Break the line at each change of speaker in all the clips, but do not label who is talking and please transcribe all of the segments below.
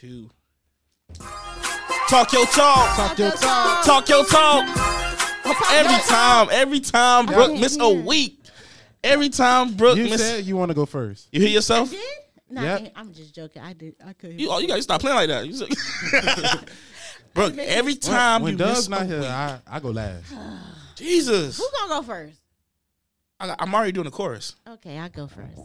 Two.
Talk your talk.
Talk your talk.
Talk your talk. Every time, every time Brooke miss a week. Every time Brooke
You
miss,
said you want to go first.
you hear yourself.
Did? Nah,
Yep.
I ain't- I'm just joking. I did. I could.
You, oh, you gotta stop playing like that. You said- Brooke, every time
when
you miss Oh,
Doug's
a
not here,
week-
I, I go last.
Jesus,
Who gonna go first?
I, I'm already doing the chorus.
Okay, I go first.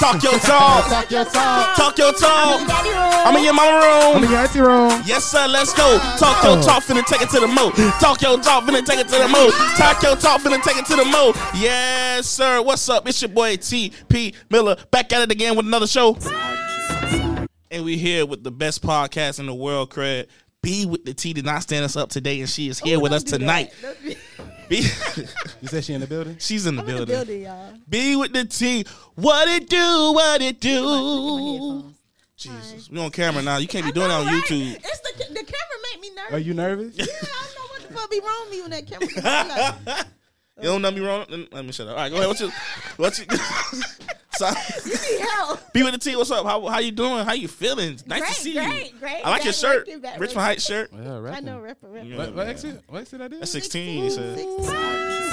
Talk your talk.
Talk your talk.
Talk your talk.
Daddy
I'm in your mama room.
I'm in your auntie room.
Yes, sir, let's go. Talk your talk, finna take it to the mo. Talk your talk, finna take it to the mo. Talk your talk, finna take it to the mo. Yes, sir. What's up? It's your boy T.P. Miller back at it again with another show. And we here with the best podcast in the world, Craig. B with the T did not stand us up today, and she is
Oh,
here with us tonight. B,
You said she in the building?
she's in the
The
building.
building, y'all.
B with the T. What it do? What it
Give me
do?
headphones.
Jesus, we on camera now. You can't be
I
doing that
know,
on
right?
YouTube.
It's the, the camera make me nervous.
Are you nervous?
Yeah, I don't know what the fuck be wrong with me when that camera. come on. Like,
You don't know me wrong. Let- Let me shut up. All right, go ahead. What you? What you? so,
you need help.
be with the T. What's up? How how you doing? How you feeling? Nice to
Great,
see you.
great, great.
I like your
Back
shirt,
working, back
Richmond Heights shirt.
Yeah,
I know,
right.
rapper, rapper.
Yeah.
What, what exit? What exit I did?
That's sixteen. He said.
Six-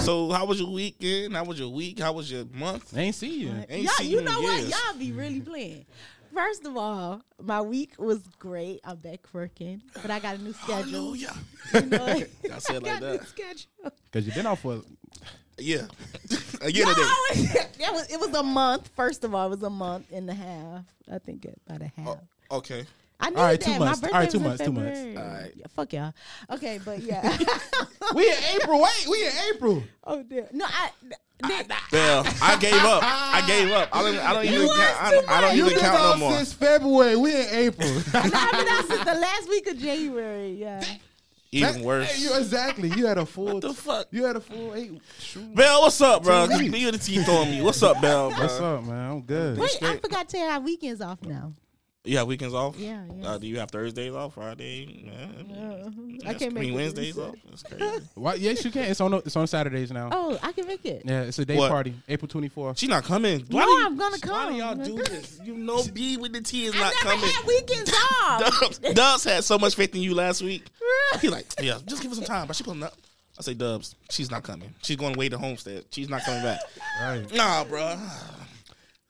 So how was your weekend? How was your week? How was your month?
They ain't see you.
Ain't
Y'all,
seen
you
in
know what?
years.
Y'all be really playing. First of all, my week was great. I'm back working, but I got a new schedule.
Hallelujah.
You know?
I said like
got a new
that.
schedule.
Because you've been off for.
Yeah. Again
No,
today.
I was- that was, it was a month. First of all, it was a month and a half. I think it- about a
Oh.
half.
Okay.
I knew
all right,
that.
two
My
months. All
birthday
right, two
was
months, two
in
months.
February.
All right.
Yeah, fuck y'all. Okay, but yeah.
We in April. Wait, we in April.
oh dear. No, I. Nick,
Well, I gave up. I gave up. I don't. I don't even.
was
Count, I, don't, I don't
tonight.
You
even
been
count no
off
more.
since February. We in April.
no, I mean, that's the last week of January. Yeah.
Even
Hey,
worse.
you, exactly. You had a full.
What the Uh, fuck?
You had a full eight. Shoot.
Bell, what's up, bro?
Two weeks.
Be with the T throwing me. What's up, Bell? Bro?
What's up, man? I'm good.
Wait, I
straight.
forgot to have weekends off now.
You have weekends off?
Yeah, yeah.
Uh, do you have Thursdays off? Friday? Yeah.
I
That's-
can't
mean,
make it.
Uh-huh. Wednesdays off. That's crazy.
Why, yes, you can. It's on. It's on Saturdays now.
Oh, I can make it.
Yeah, it's a day
What?
party. April 24th.
She not coming. Why
No,
do you-
I'm gonna come.
Why do y'all do this? You know, B with the T is
I
not
never
coming.
had weekends off.
Dubs, Dubs had so much faith in you last week. He like, yeah, just give us some time. But she pulling up. I say, Dubs, she's not coming. She's going away to Homestead. She's not coming back.
Right.
nah, bro.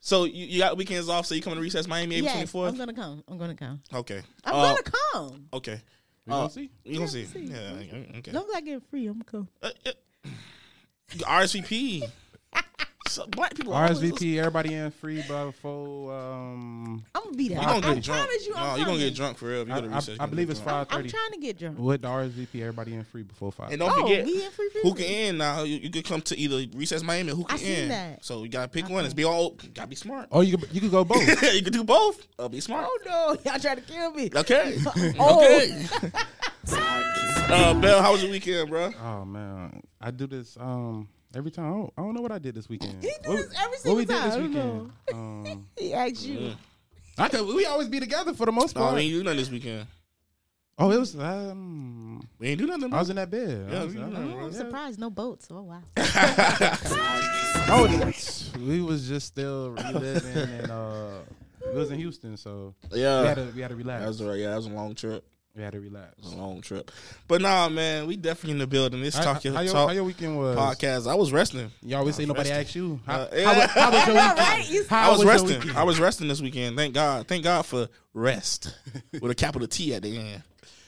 So you, you got weekends off. So you coming to recess Miami April
yes, I'm
24th?
gonna come. I'm gonna come.
Okay.
I'm
Uh,
gonna come.
Okay.
We gonna
Uh,
see.
You gonna see?
see.
Yeah. Okay.
As long as I get free, I'm cool.
Uh, uh, RSVP. so black people always-
RSVP. Everybody in free by four. Um,
I'm gonna be there.
You gonna
I
get drunk?
promise you, I'm
no, you gonna
coming.
get drunk for real. if You
I,
go to
I,
recess, you
I
gonna
believe
get
it's
drunk.
five
I'm
thirty.
trying to get drunk.
With the RSVP, everybody in free before five.
And don't
Oh,
forget
we in free food.
who can end now. You, you could come to either recess Miami or who
I
can
seen
end.
that.
So you gotta pick one. It's be all gotta be smart.
oh, you could, you could go both.
you could do both. Or be smart.
Oh no, y'all trying to kill me.
Okay.
Oh.
Okay. uh, Bell, how was your weekend, bro?
oh man, I do this um every time. I don't, I don't know what I did this weekend.
He do
What-
this every
what
single
we did this
time. I
weekend?
don't
Um,
He asked you.
I could, we always be together for the most
No,
part.
we ain't do nothing this weekend.
oh, it was. Um,
We ain't do nothing. Bro.
I was in that bed.
Yeah,
I was,
we
I
do
was-
nothing,
Oh,
bro.
I'm surprised. No boats. Oh wow.
Oh, it's- we was just still reliving, and uh, we was in Houston, so we had
Yeah.
to we had
That
to relax.
was right. Yeah, that was a long trip.
We had to relax.
It was a long trip. But nah, man, we definitely in the building. This
How,
talk your
how your,
talk
how your weekend was?
podcast. I was resting.
You always say nobody
resting.
asked you. How,
Uh, yeah.
how, was, how was your
Yeah,
weekend?
right? You-
How
I was,
your
resting. Uh,
weekend?
I was resting this weekend. Thank God. Thank God for rest with a capital T at the end.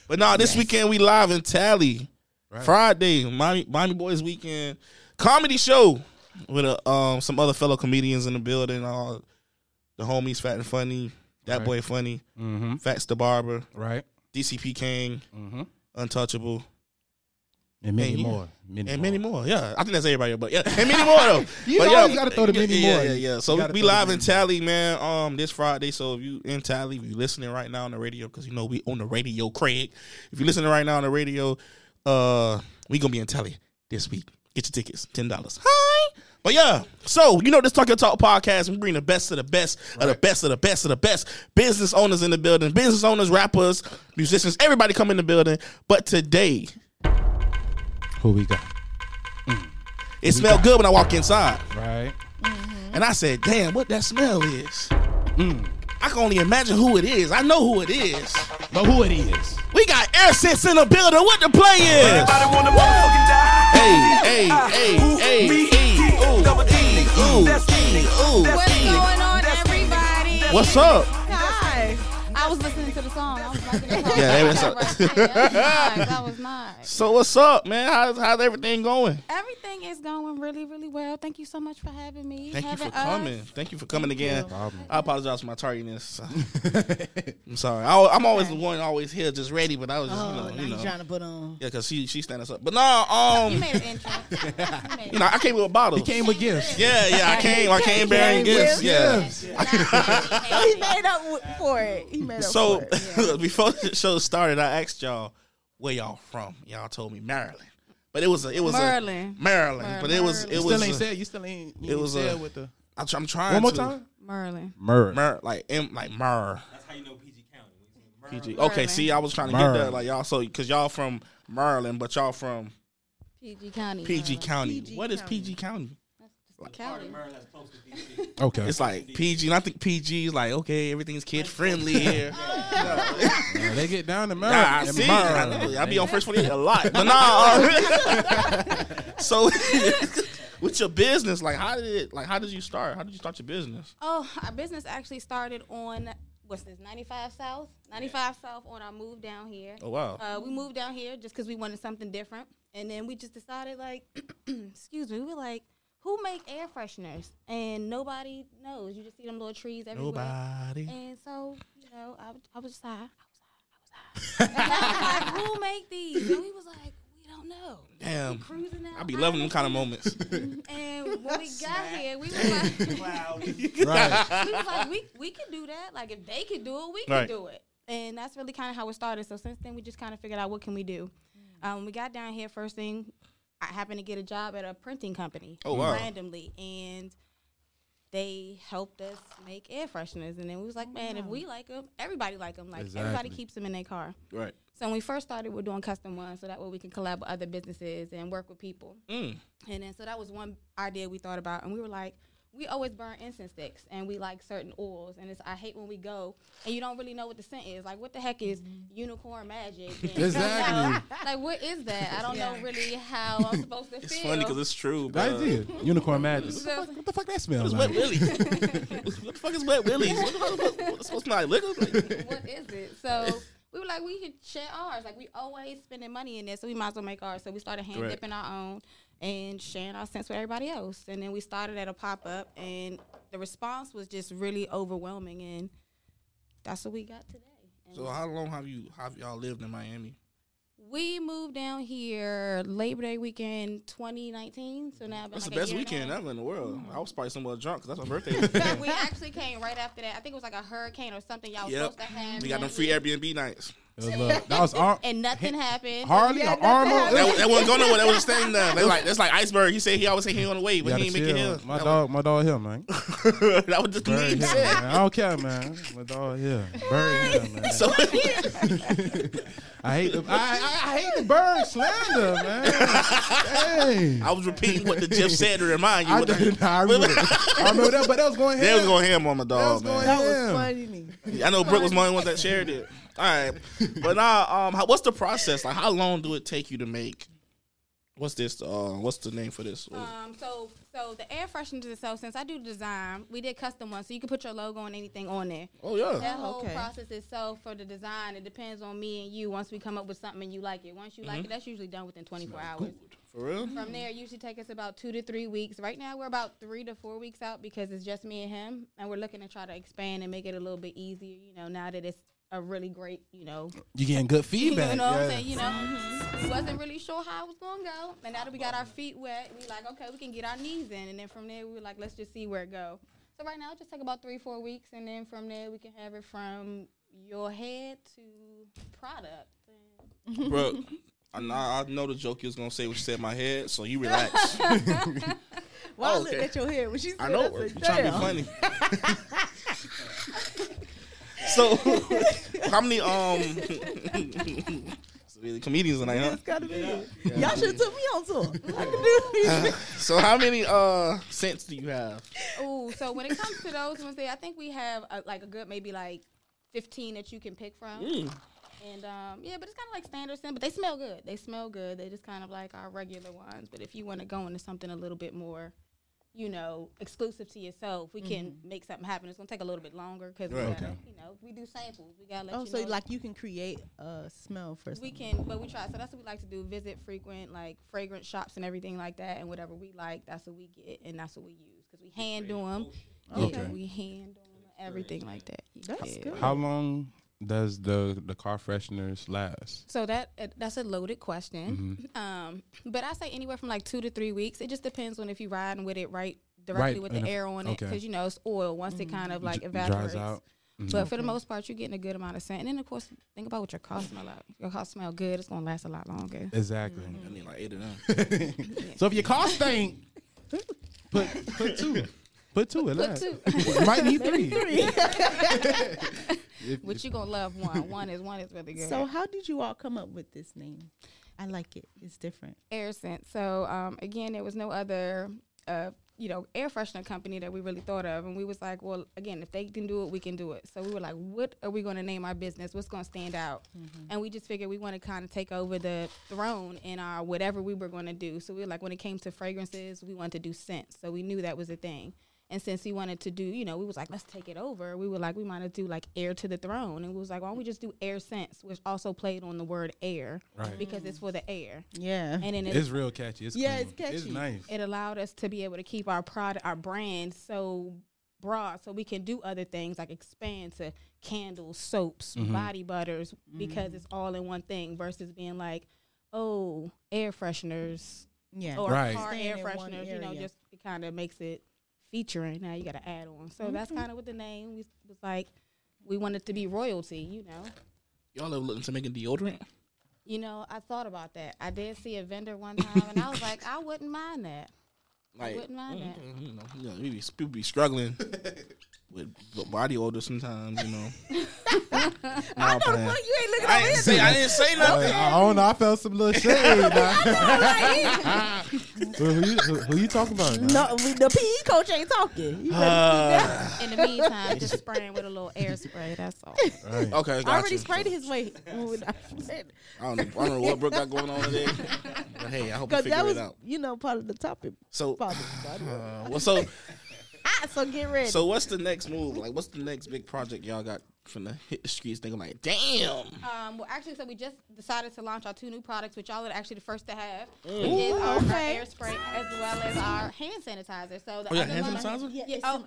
But nah, this weekend we live in Tally.
Right.
Friday, Miami, Miami Boys weekend comedy show with a, um some other fellow comedians in the building. All the homies, Fat and Funny, That
Right.
Boy Funny,
Mm-hmm.
Fats the Barber,
Right.
DCP King,
Mm-hmm.
Untouchable,
And many
And you-
more. Many
and
more.
many more. Yeah, I think that's everybody. But yeah, and many more though.
You
but
always gotta throw the
yeah,
many
yeah,
more.
Yeah, yeah.
You
So
gotta
we
throw the
live in
many
Tally, man. Um, this Friday. So if you in Tally, if you listening right now on the radio, because you know we on the radio, Craig. If you listening right now on the radio, uh, we gonna be in Tally this week. Get your tickets, ten dollars. Hi. But yeah, so you know this Talk Your Talk podcast, we bring the best of the best of the best of the best of the best business owners in the building, business owners, rappers, musicians, everybody come in the building. But today,
Who we got?
it smelled good when I walk inside.
Right.
And I said, damn, what that smell is. Mm. I can only imagine who it is. I know who it is.
But who it is?
We got air sense in the building. What the play is?
Everybody wanna motherfucking die.
Hey, hey, hey,
Ooh,
hey,
me,
hey,
ooh,
ooh,
double D,
ooh,
that's me,
ooh.
that's
What's
me.
going on, everybody?
What's up?
Hi. I was listening to the song. I was liking the song.
Yeah, that was up.
Right there. That was nice. That was nice.
So what's up, man? How's how's everything going?
Everything is going really, really well. Thank you so much for having me.
Thank you
having
for
us.
coming. Thank you for coming again.
Problem.
I apologize for my tardiness. I'm sorry. I, am always the one always here, just ready, but I was just,
Oh, now
you know,
you
you know.
trying to put on.
yeah, cause she she stand us up. But no, um,
You
you,
made an intro. You made
know, I came with a bottle.
He came with gifts.
Yeah, yeah, I came. I came bearing
came with
gifts. Yeah.
He made up w- for it. He made up
So
for it.
before the show started, I asked y'all where y'all from. Y'all told me Maryland, but it was a, it was
Maryland.
a, Maryland, but it was
Maryland.
it
You still ain't
was. A,
said. You still ain't. You
it
ain't
was
said
a-
with the
I'm, tr- I'm trying
one more
to-
time.
Merlin.
Murder.
Mer, like M, like Mer. That's how you know PG County. PG. Okay,
Maryland.
see, I was trying to get that
Maryland.
like y'all. So because y'all from Maryland, but y'all from
PG County.
PG
Maryland.
County.
PG
What is
County.
PG County?
County.
Okay.
It's like PG, and I think PG is like okay, everything's kid friendly here.
Now, they get down to Maryland.
Nah, I
and
see. I,
Maryland.
know. I be on Fresh 48 a lot. But nah. uh, so, with your business, like how did it, like how did you start? How did you start your business?
Oh, our business actually started on what's this? 95 South. 95 South on our move down here.
Oh wow.
Uh, we moved down here just because we wanted something different, and then we just decided, like, excuse me, we were like, who make air fresheners? And nobody knows. You just see them little trees everywhere.
Nobody.
And so, you know, I, was- I was just high. I was high. I was high. and I was like, who make these? And we was like, we don't know.
Damn.
Cruising out.
I be loving them kind of moments.
And when we got here, we was like,
Right.
we was like, we, we could do that. Like if they could do it, we could
Right.
do it. And that's really kind of how it started. So since then, we just kind of figured out what can we do. Um, we got down here. First thing, I happened to get a job at a printing company
Oh, wow.
randomly, and they helped us make air fresheners. And then we was like, man, if we like them, everybody like them. Like everybody
Exactly.
keeps them in their car.
right.
So when we first started, we're doing custom ones, so that way we can collab with other businesses and work with people.
Mm.
And then so that was one idea we thought about, and we were like, we always burn incense sticks, and we like certain oils, and it's I hate when we go and you don't really know what the scent is. Like, what the heck is unicorn magic? And,
Exactly.
like, what is that? I don't know
Yeah.
really how I'm supposed to
It's
feel.
funny because it's true.
That
bruh.
is it. Unicorn magic. What the
So-
fuck- What the fuck that
It's
smells
wet
like?
willies. what the fuck is wet willies? What the fuck- what- What's supposed to smell like liquor? Like,
what is it? So we were like, we could share ours. Like we always spending money in this, so we might as well make ours. So we started hand
Correct.
dipping our own and sharing our scents with everybody else. And then we started at a pop up, and the response was just really overwhelming, and that's what we got today. And
So how long have you have y'all lived in Miami?
we moved down here Labor Day weekend 2019. So now it's been
That's
like
the
a
best
year and a
weekend
half.
ever in the world. I was probably somewhere drunk because that's my birthday.
Yeah, we actually came right after that. I think it was like a hurricane or something. Y'all was
Yep.
supposed to have.
we got them free Airbnb nights.
It was love. That was Ar-
and nothing happened.
Harley or Arnold.
that, that wasn't going nowhere. That was a staying done. They like that's like iceberg. He said he always say he on the way,
You
but
gotta
he ain't make it
chill.
here.
My
that
dog, my dog here, man.
Was, that was just
Bird
me.
here, man. I don't care, man. My dog here. Bird here, man.
So
I hate the I, I, I hate the bird slander, man. Dang.
I was repeating what the Jeff said to remind you.
I,
what the-
did- I remember. I remember that, but that was going
they
ham.
was going ham on my
That
dog,
was
man.
going
That was
ham.
funny.
I know Brooke was the only one that shared it. All right, but now, um, how, what's the process? Like, how long do it take you to make? What's this? Uh, what's the name for this? Oh,
Um, so so the air fresheners itself, since I do design, we did custom ones, so you can put your logo and anything on there.
oh yeah,
That whole
okay.
process itself for the design, it depends on me and you. Once we come up with something and you like it, once you like it, that's usually done within 24 hours.
for real.
From there, it usually takes us about two to three weeks. Right now, we're about three to four weeks out because it's just me and him, and we're looking to try to expand and make it a little bit easier. You know, now that it's a really great, you know,
You getting good feedback?
you know what
yeah.
I'm saying? You know, we wasn't really sure how it was gonna go, and now that we got our feet wet, we like, okay, we can get our knees in, and then from there we were like, let's just see where it go. So right now, it just take about three, four weeks, and then from there we can have it from your head to product.
Bro, I know, I know the joke you was gonna say what you said in my head, so you relax.
Why
Oh,
I looked
okay.
at your hair when she said
I know.
that, I
I'm
said,
trying to be
"Damn."
funny. so, how many um so we the comedians tonight, huh?
It's gotta be. Y'all
Uh-huh.
should have took me on tour. I could do
So, how many uh cents do you have?
Ooh, cool. So when it comes to those ones, there, I think we have a, like a good maybe like fifteen that you can pick from.
Mm.
And um, yeah, but it's kind of like standard scent, but they smell good. They smell good. They just kind of like our regular ones. But if you want to go into something a little bit more, you know, exclusive to yourself, we can
Mm-hmm.
make something happen. It's gonna take a little bit longer because
Right.
Okay.
you know we do samples. We gotta let
Oh,
you
so
know.
like you can create a smell for
We
something.
can, but we try. So that's what we like to do: visit frequent like fragrance shops and everything like that, and whatever we like, that's what we get, and that's what we use because we hand do them.
Okay.
we hand do 'em, everything like that.
That's
Yeah.
good.
How long does the the car fresheners last?
So that uh, that's a loaded question,
Mm-hmm.
um, but I say anywhere from like two to three weeks. It just depends on if you riding with it right directly
Right,
with
and
the
if-
air on
okay.
it
Mm-hmm.
because you know it's oil. Once it kind of like
Dr-
evaporates,
dries out. Mhm.
But for the most part, you're getting a good amount of scent. And then, of course, think about what your car smell like. Your car smell good, it's going to last a lot longer.
Exactly.
I mean, like eight or nine.
So if your car stink, put put two, put two.
Look, too,
You might need three. If-
but you're going to love one. One is one is really good.
So how did you all come up with this name? I like it. It's different.
air scent. So um, again, there was no other, uh, you know, air freshener company that we really thought of, and we was like, well, again, if they can do it, we can do it. So we were like, what are we going to name our business? What's going to stand out? And we just figured we want to kind of take over the throne in our whatever we were going to do. So we were like, when it came to fragrances, we wanted to do scents. So we knew that was a thing. And since we wanted to do, you know, we was like, let's take it over. We were like, we might do like air to the throne. And we was like, why don't we just do air scents, which also played on the word air
Right.
because it's for the air.
Yeah.
And then it
it's real catchy. It's
Yeah,
clean.
it's catchy.
It's nice.
it allowed us to be able to keep our product, our brand so broad so we can do other things like expand to candles, soaps, body butters
Mm-hmm.
because it's all in one thing versus being like, oh, air fresheners
yeah.
or
Right.
car air
Staying in one
fresheners, you know,
area.
just it kind of makes it featuring. Now you got to add on. So that's
Mm-hmm.
kind of what the name we was like we wanted to be royalty, you know.
Y'all ever looking to making deodorant?
You know, I thought about that. I did see a vendor one time and I was like, I wouldn't mind that.
Like,
wouldn't mind that.
mm, You know, you know, we be, we be struggling with, with body odor sometimes. You know. I know the
you ain't looking
I didn't say I didn't say
Uh,
nothing.
I don't know. I felt some little shade. nah. who, you, who, who you talking about? nah?
No, we- the PE coach ain't talking. You better-
Uh,
In the meantime, just spraying with a little air spray. That's all.
Right.
okay,
I
got
already
you.
sprayed his way. when I said-
I don't, know, I don't know what Brooke got going on today, but hey, I hope you
Cause
figure
that was,
it out.
you know, part of the topic.
So, uh,
Probably, but-
well, so
ah, so get ready.
so what's the next move? Like, what's the next big project y'all got from the hit the streets? Thinking like, damn,
Um, well, actually, so we just decided to launch our two new products, which y'all are actually the first to have,
Mm.
which is our, our
okay.
air spray as well as our hand sanitizer. So the
Oh, yeah,
other
hand
line-
sanitizer?
Yeah,
it's
oh,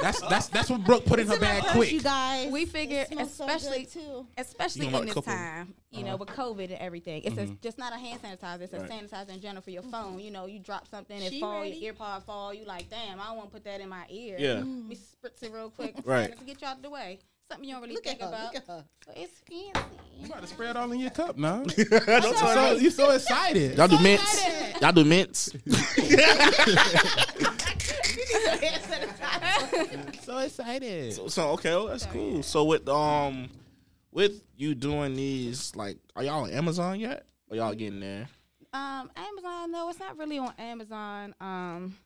That's that's that's what Brooke put in her bag
Plus,
quick.
you guys.
we
it
figured,
smells so good,
especially
too.
especially
You
in
know, like
this
couple- Uh-huh. Mm-hmm.
time, you know, with COVID and everything. It's a, just not a hand sanitizer. It's a
Right.
sanitizer in general for your phone. You know, you drop something, it
She
fall,
ready?
your ear pod fall. You like, damn, I don't want to put that in my ear.
Yeah.
Let me spritz it real quick.
Right.
To get you out of the way. Something you don't really
Look at
think
her.
about.
Look at her.
So it's fancy.
You about to spread all in your cup, now.
don't tell
so,
me.
you so excited.
Y'all do mints. Y'all do mints.
so excited.
So, so, okay, well, that's cool. So with um with you doing these, like, are y'all on Amazon yet? Are y'all getting there?
Um, Amazon. No, it's not really on Amazon. Um,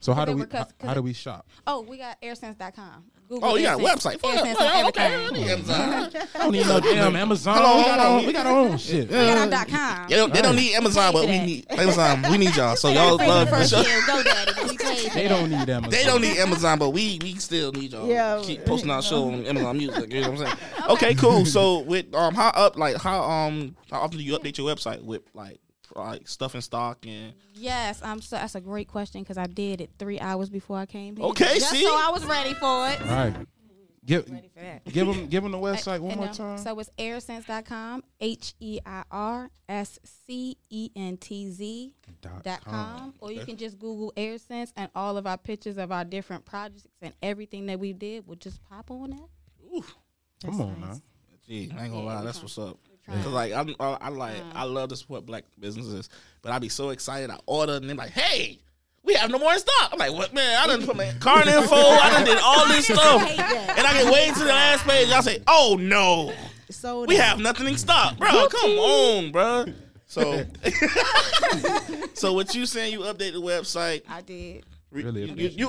So how do
Okay,
we
because-
how, how do we shop?
oh, we got airsense.com. Google
Oh, you got a
AirSense.
website. Fuck,
AirSense
fuck,
on
okay,
everything.
yeah, Amazon.
I don't need no damn Amazon.
Hold on,
we, got
hold
our,
on.
we got our own shit.
We got our dot com.
They don't, they don't need Amazon, but we
that.
need Amazon. We need y'all. So y'all
Pay for
love
the first
y'all-
year. Go, daddy. but we paid for
They
that.
don't need Amazon.
They don't need Amazon, but we we still need y'all.
Yeah.
keep posting our show on Amazon Music. You know what I'm saying? Okay, cool. So with um, how up like how um how often do you update your website with like like stuff in stock and
Yes, I'm. So that's a great question because I did it three hours before I came here.
Okay,
Just
see?
so I was ready for it.
All right. Give
Ready for that.
give them give them the website one
And,
more
um,
time.
So it's airsense.com, H E I R S C E N T Z dot com, or you can just Google AirSense, and all of our pictures of our different projects and everything that we did will just pop on there.
Come on now.
Gee, I ain't gonna lie, that's what's up.
trying.
Cause like I'm, I, I like I love to support black businesses, but I be so excited I order and they're like, "Hey, we have no more in stock." I'm like, "What man? I done put my card info. I done did all this stuff, and I get way to the last page. Y'all say, "Oh no,
So
we have nothing in stock, bro. Come on, bro." So, so what you saying? You update the website,
I did.
Really
you, you,
appreciate
you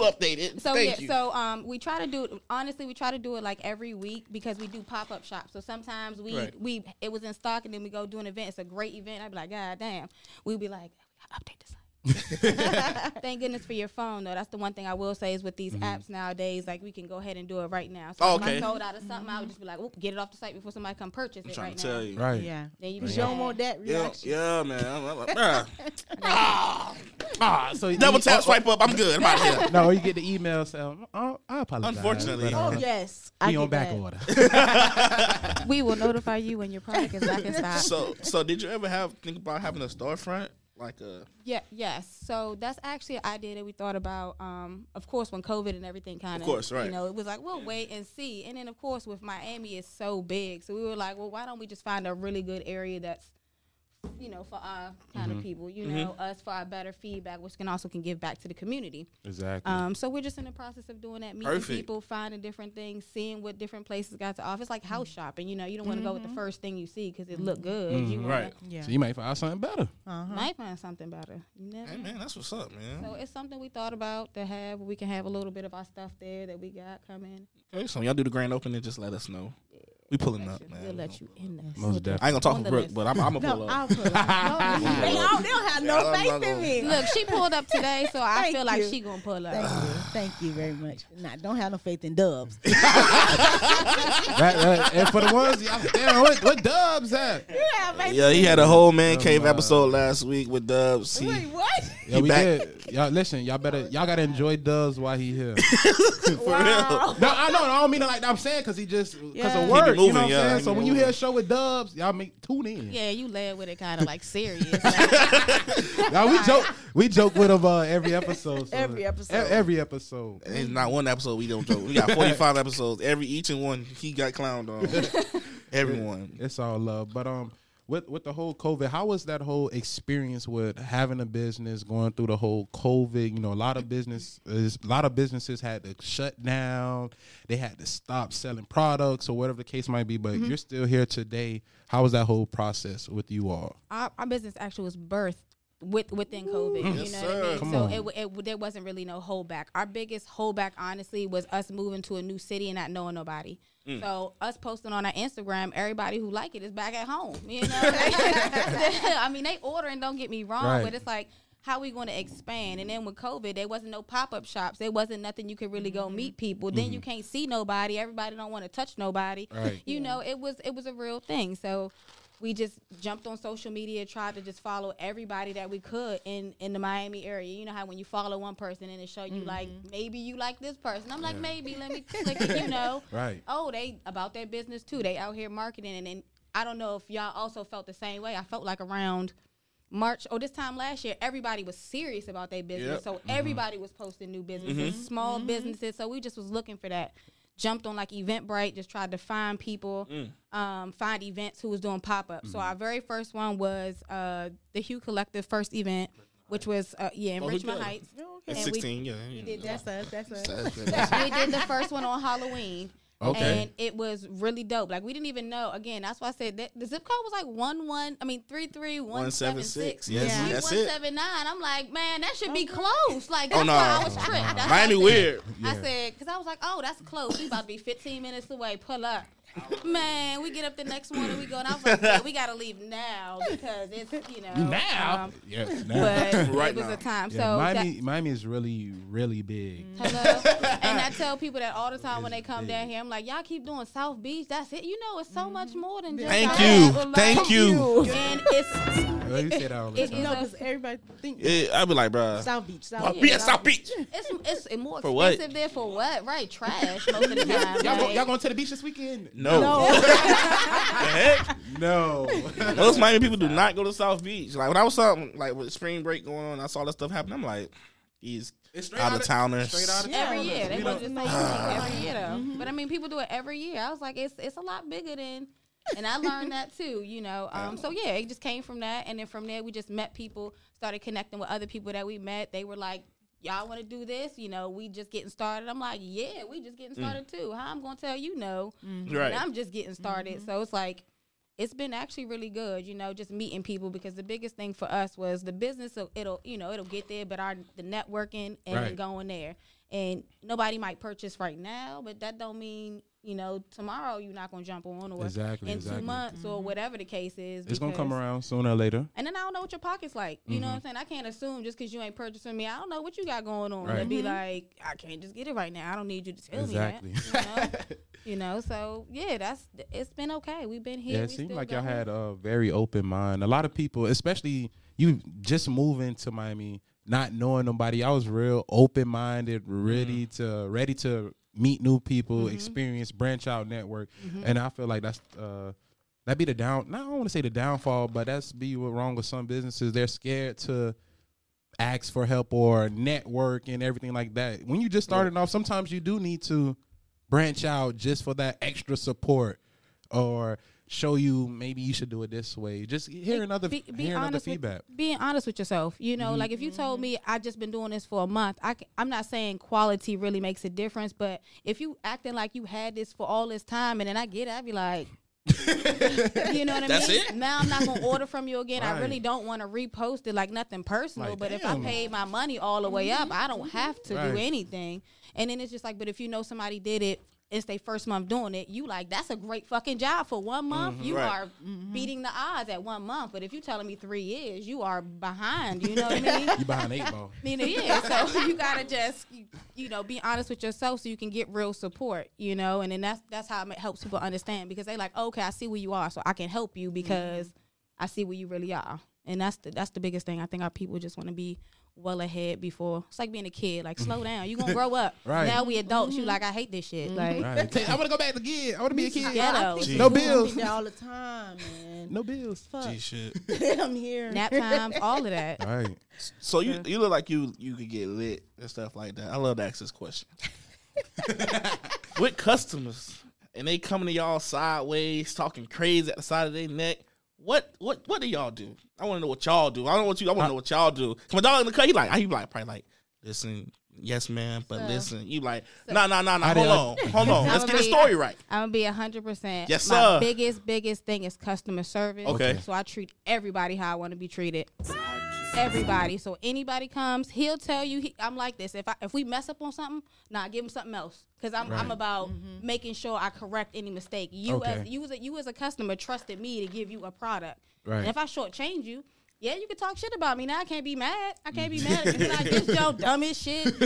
updated.
So
Thank
yeah,
you.
so um, we try to do honestly, we try to do it like every week because we do pop up shops. So sometimes we
Right.
we it was in stock and then we go do an event. It's a great event. I'd be like, God damn, we'd be like, we gotta update the site. Thank goodness for your phone though. That's the one thing I will say is with these apps nowadays, like we can go ahead and do it right now. So
Mm-hmm. Oh,
if
okay.
I sold out of something, I would just be like, Oop, get it off the site before somebody come purchase
I'm
it
trying
right
to
now.
tell you.
Right.
Yeah.
Then you be
Because you
mad.
don't want that
Yeah,
reaction.
yeah, man. I'm, I'm like, bruh. ah,
Ah, so you-
double
oh,
tap,
oh,
swipe up. I'm good. I'm out here.
No, you get the email. So oh, I apologize.
Unfortunately.
but, uh,
Oh,
Yeah.
yes. I
we
get
on back
that.
order.
We will notify you when your product is back in stock.
So, so did you ever have think about having a storefront like a?
Yeah, yes. So that's actually an idea that we thought about. Um, of course, when COVID and everything kind
Of course, right.
You know, it was like we'll wait and see. And then, of course, with Miami, it's so big, so we were like, well, why don't we just find a really good area that's, you know, for our kind
Mm-hmm.
of people, you know, us for our better feedback, which can also can give back to the community.
exactly.
Um, so we're just in the process of doing that, meeting
Perfect.
people, finding different things, seeing what different places got to offer. It's like
Mm.
house shopping. You know, you don't want to go with the
Mm-hmm.
first thing you see because it look good. You wanna,
Mm-hmm. Right.
Yeah.
So you might find something better.
Uh-huh.
might find something better. You never.
Hey
know.
man, that's what's up, man.
So it's something we thought about to have. We can have a little bit of our stuff there that we got coming.
Okay, so y'all do the grand opening, just let us know. We pulling up, man.
We'll let you in there.
Most
I
definitely.
ain't gonna talk
On
to
the
Brooke,
list.
but I'm, I'm gonna pull
No,
up.
I'll put it. up. No, they all they don't have
Yeah,
no
I'm not
faith in
gonna-
me.
Look, she pulled up today, so I
Thank
feel like
you.
she gonna pull
Thank
up.
you. Thank you very much. Nah, don't have no faith in dubs.
Right, right. And for the ones, y'all, damn, what, what dubs at?
Yeah, he had a whole man
Oh,
cave
my.
episode last week with Dubs. He,
Wait, what?
Yeah, we
back.
did. Y'all listen. Y'all better. Y'all gotta enjoy Dubs while he here.
Wow.
no, I know. I don't mean it like that. I'm saying because he just because
Yeah.
of
He
work.
be
you
moving,
know what
yeah,
I'm
he
saying?
be
So when you
moving.
hear a show with Dubs, y'all make tune in.
Yeah, you led with it kind of like serious. Like,
Now we joke, we joke with him uh, every episode. so-
Every episode.
e- every episode.
It's not one episode we don't joke. We got 45 episodes. Every each and one he got clowned on. Everyone.
It's all love. But um, with with the whole COVID, how was that whole experience with having a business going through the whole COVID? You know, a lot of business, is- a lot of businesses had to shut down. They had to stop selling products or whatever the case might be. But
Mm-hmm.
you're still here today. How was that whole process with you all?
our, our business actually was birthed with within COVID. you know
Yes,
what
sir.
I mean?
Come
so
on.
It, w- it w- there wasn't really no holdback. Our biggest holdback, honestly, was us moving to a new city and not knowing nobody. So us posting on our Instagram, everybody who like it is back at home. You know, I mean, they order and don't get me wrong,
Right.
but it's like. How we going to expand? And then with COVID, there wasn't no pop up shops. There wasn't nothing you could really go
Mm-hmm.
meet people. Then you can't see nobody. Everybody don't want to touch nobody
Right.
you know it was it was a real thing so we just jumped on social media tried to just follow everybody that we could in in the miami area you know how when you follow one person and it show you like maybe you like this person i'm like maybe let me click it you know
Right.
oh they about their business too they out here marketing and then i don't know if y'all also felt the same way i felt like around March or this time last year, everybody was serious about their business.
Yep. Mm-hmm.
So everybody was posting new businesses, small businesses. So we just was looking for that. Jumped on like Eventbrite, just tried to find people,
Mm.
um, find events who was doing pop up.
Mm-hmm.
So our very first one was uh, the Hugh Collective first event, which was uh, yeah in
Oh, Hugh
Richmond
Collective.
Heights.
At
And we-
16, yeah.
did that.
That's us. That's us.
we did the first one on Halloween.
Okay.
And it was really dope. Like we didn't even know. Again, that's why I said that the zip code was like one one. I mean three three one seven
176.
six.
Yes,
Yeah.
that's
one
it.
seven nine. I'm like, man, that should be close. Like that's
Oh, no.
why I was tripped. That's why I
Miami
said-
weird.
I
Yeah.
said because I was like, oh, that's close. We about to be 15 minutes away. Pull up. Man, we get up the next morning, we go, and I was like, yeah, we gotta leave now because it's, you know.
Now,
um,
yeah, now.
but
Right
it was
now.
a time.
Yeah,
so that- Mm-hmm.
Miami, Miami is really, really big.
Hello. and I tell people that all the time when they come down here. I'm like, y'all keep doing South Beach. That's it. You know, it's so much more than just
Thank
South
you.
Beach. Like,
Thank you.
And it's
Well, you say that all the
it
time.
is
No,
a-
because everybody think
Yeah, I'd be like, bruh.
South Beach. South
Oh,
I'll
Beach.
Be at South Beach.
it's it's it's more
For what?
expensive there for what? Right? Trash most of the time.
Y'all, go,
right?
y'all going to the beach this weekend?
No. The heck?
No.
Most Miami people do not go to South Beach. Like when I was something like with spring break going on, I saw that stuff happen. I'm like, these
It's straight
out
out
of
of-
towners.
straight out of
Yeah.
every year. They
We
was
don't-
just like every year though. But I mean, people do it every year. I was like, it's it's a lot bigger than. And I learned that too, you know. Um, so yeah, it just came from that, and then from there we just met people, started connecting with other people that we met. They were like, "Y'all want to do this?" You know, we just getting started. I'm like, "Yeah, we just getting started too." How I'm gonna tell you no?
Right.
And I'm just getting started. So it's like it's been actually really good, you know, just meeting people because the biggest thing for us was the business. will- It'll, you know, it'll get there, but our the networking and
Right.
going there, and nobody might purchase right now, but that don't mean you know tomorrow you're not gonna jump on or
Exactly,
in
exactly.
two months or whatever the case is.
It's gonna come
because-
around Mm-hmm. sooner or later.
and then I don't know what your pocket's like. You know what I'm saying? I can't assume just because you ain't purchasing me, I don't know what you got going on.
Right.
And be like, I can't just get it right now. I don't need you to tell
Exactly.
me that. You know? you know, so yeah, that's it's been okay. We've been here.
Yeah,
we
it seemed
still
like y'all
going.
had a very open mind. A lot of people, especially you just moving to Miami, not knowing nobody. I was real open minded, ready to ready to meet new people, experience, branch out network. And I feel like that's uh that be the down not I don't want to say the downfall, but that's be what wrong with some businesses. They're scared to ask for help or network and everything like that. When you just starting off, sometimes you do need to branch out just for that extra support or show you maybe you should do it this way. Just hearing other
Be- be
hearing other
honest with-
feedback.
being honest with yourself. You
Mm-hmm.
know, like if you told me I just been doing this for a month, I c- I'm not saying quality really makes a difference, but if you acting like you had this for all this time and then I get it, I'd be like. you know what I
That's
mean?
it?
Now I'm not gonna order from you again. I
Right.
really don't want to repost it like nothing personal.
Like,
but if I
damn.
paid my money all the way up, I don't have to
Right.
do anything. And then it's just like, but if you know somebody did it, it's their first month doing it. You like that's a great fucking job for one month.
Mm-hmm.
you
Right.
are are beating the odds at one month. But if you're telling me three years, you are behind. You know what I mean?
You behind eight ball.
You know, yeah. So you gotta just you, you know be honest with yourself so you can get real support. You know, and then that's that's how it helps people understand because they like okay, I see where you are, so I can help you
Mm-hmm.
because I see where you really are. And that's the that's the biggest thing. I think our people just want to be well ahead before it's like being a kid. Like slow down, you gonna grow up.
Right. Mm-hmm.
Now we adults. You like I hate this shit. Like
Right. I want to go back again. I want to be a kid.
Yeah.
I
Ghetto.
think
Jeez.
we
No
do something
bills.
there all the time, man.
No bills.
Fuck.
Gee, shit.
I'm here.
nap times, all of that.
Right.
So you you look like you you could get lit and stuff like that. I love to ask this question. With customers and they coming to y'all sideways, talking crazy at the side of their neck. What what what do y'all do? I want to know what y'all do. I don't want you. I want to know what y'all do. 'Cause My dog in the cut. He like he like probably like listen. Yes, ma'am. But
So-
listen, you like nah nah nah nah.
I
Hold on,
didn't-
hold on. Let's get the
I'ma be-
story right.
I'm gonna be hundred percent.
Yes,
My
sir.
biggest, biggest thing is customer service.
Okay.
So I treat everybody how I want to be treated. Everybody. So anybody comes, he'll tell you. He, I'm like this. If I if we mess up on something, nah, give him something else. Cause I'm I'm about making sure I correct any mistake. You as
Okay.
you as a, you as a customer trusted me to give you a product.
Right.
And if I shortchange you. Yeah, you can talk shit about me now. I can't be mad. I can't be
Mm.
mad at you. Like, this your dumbest shit. you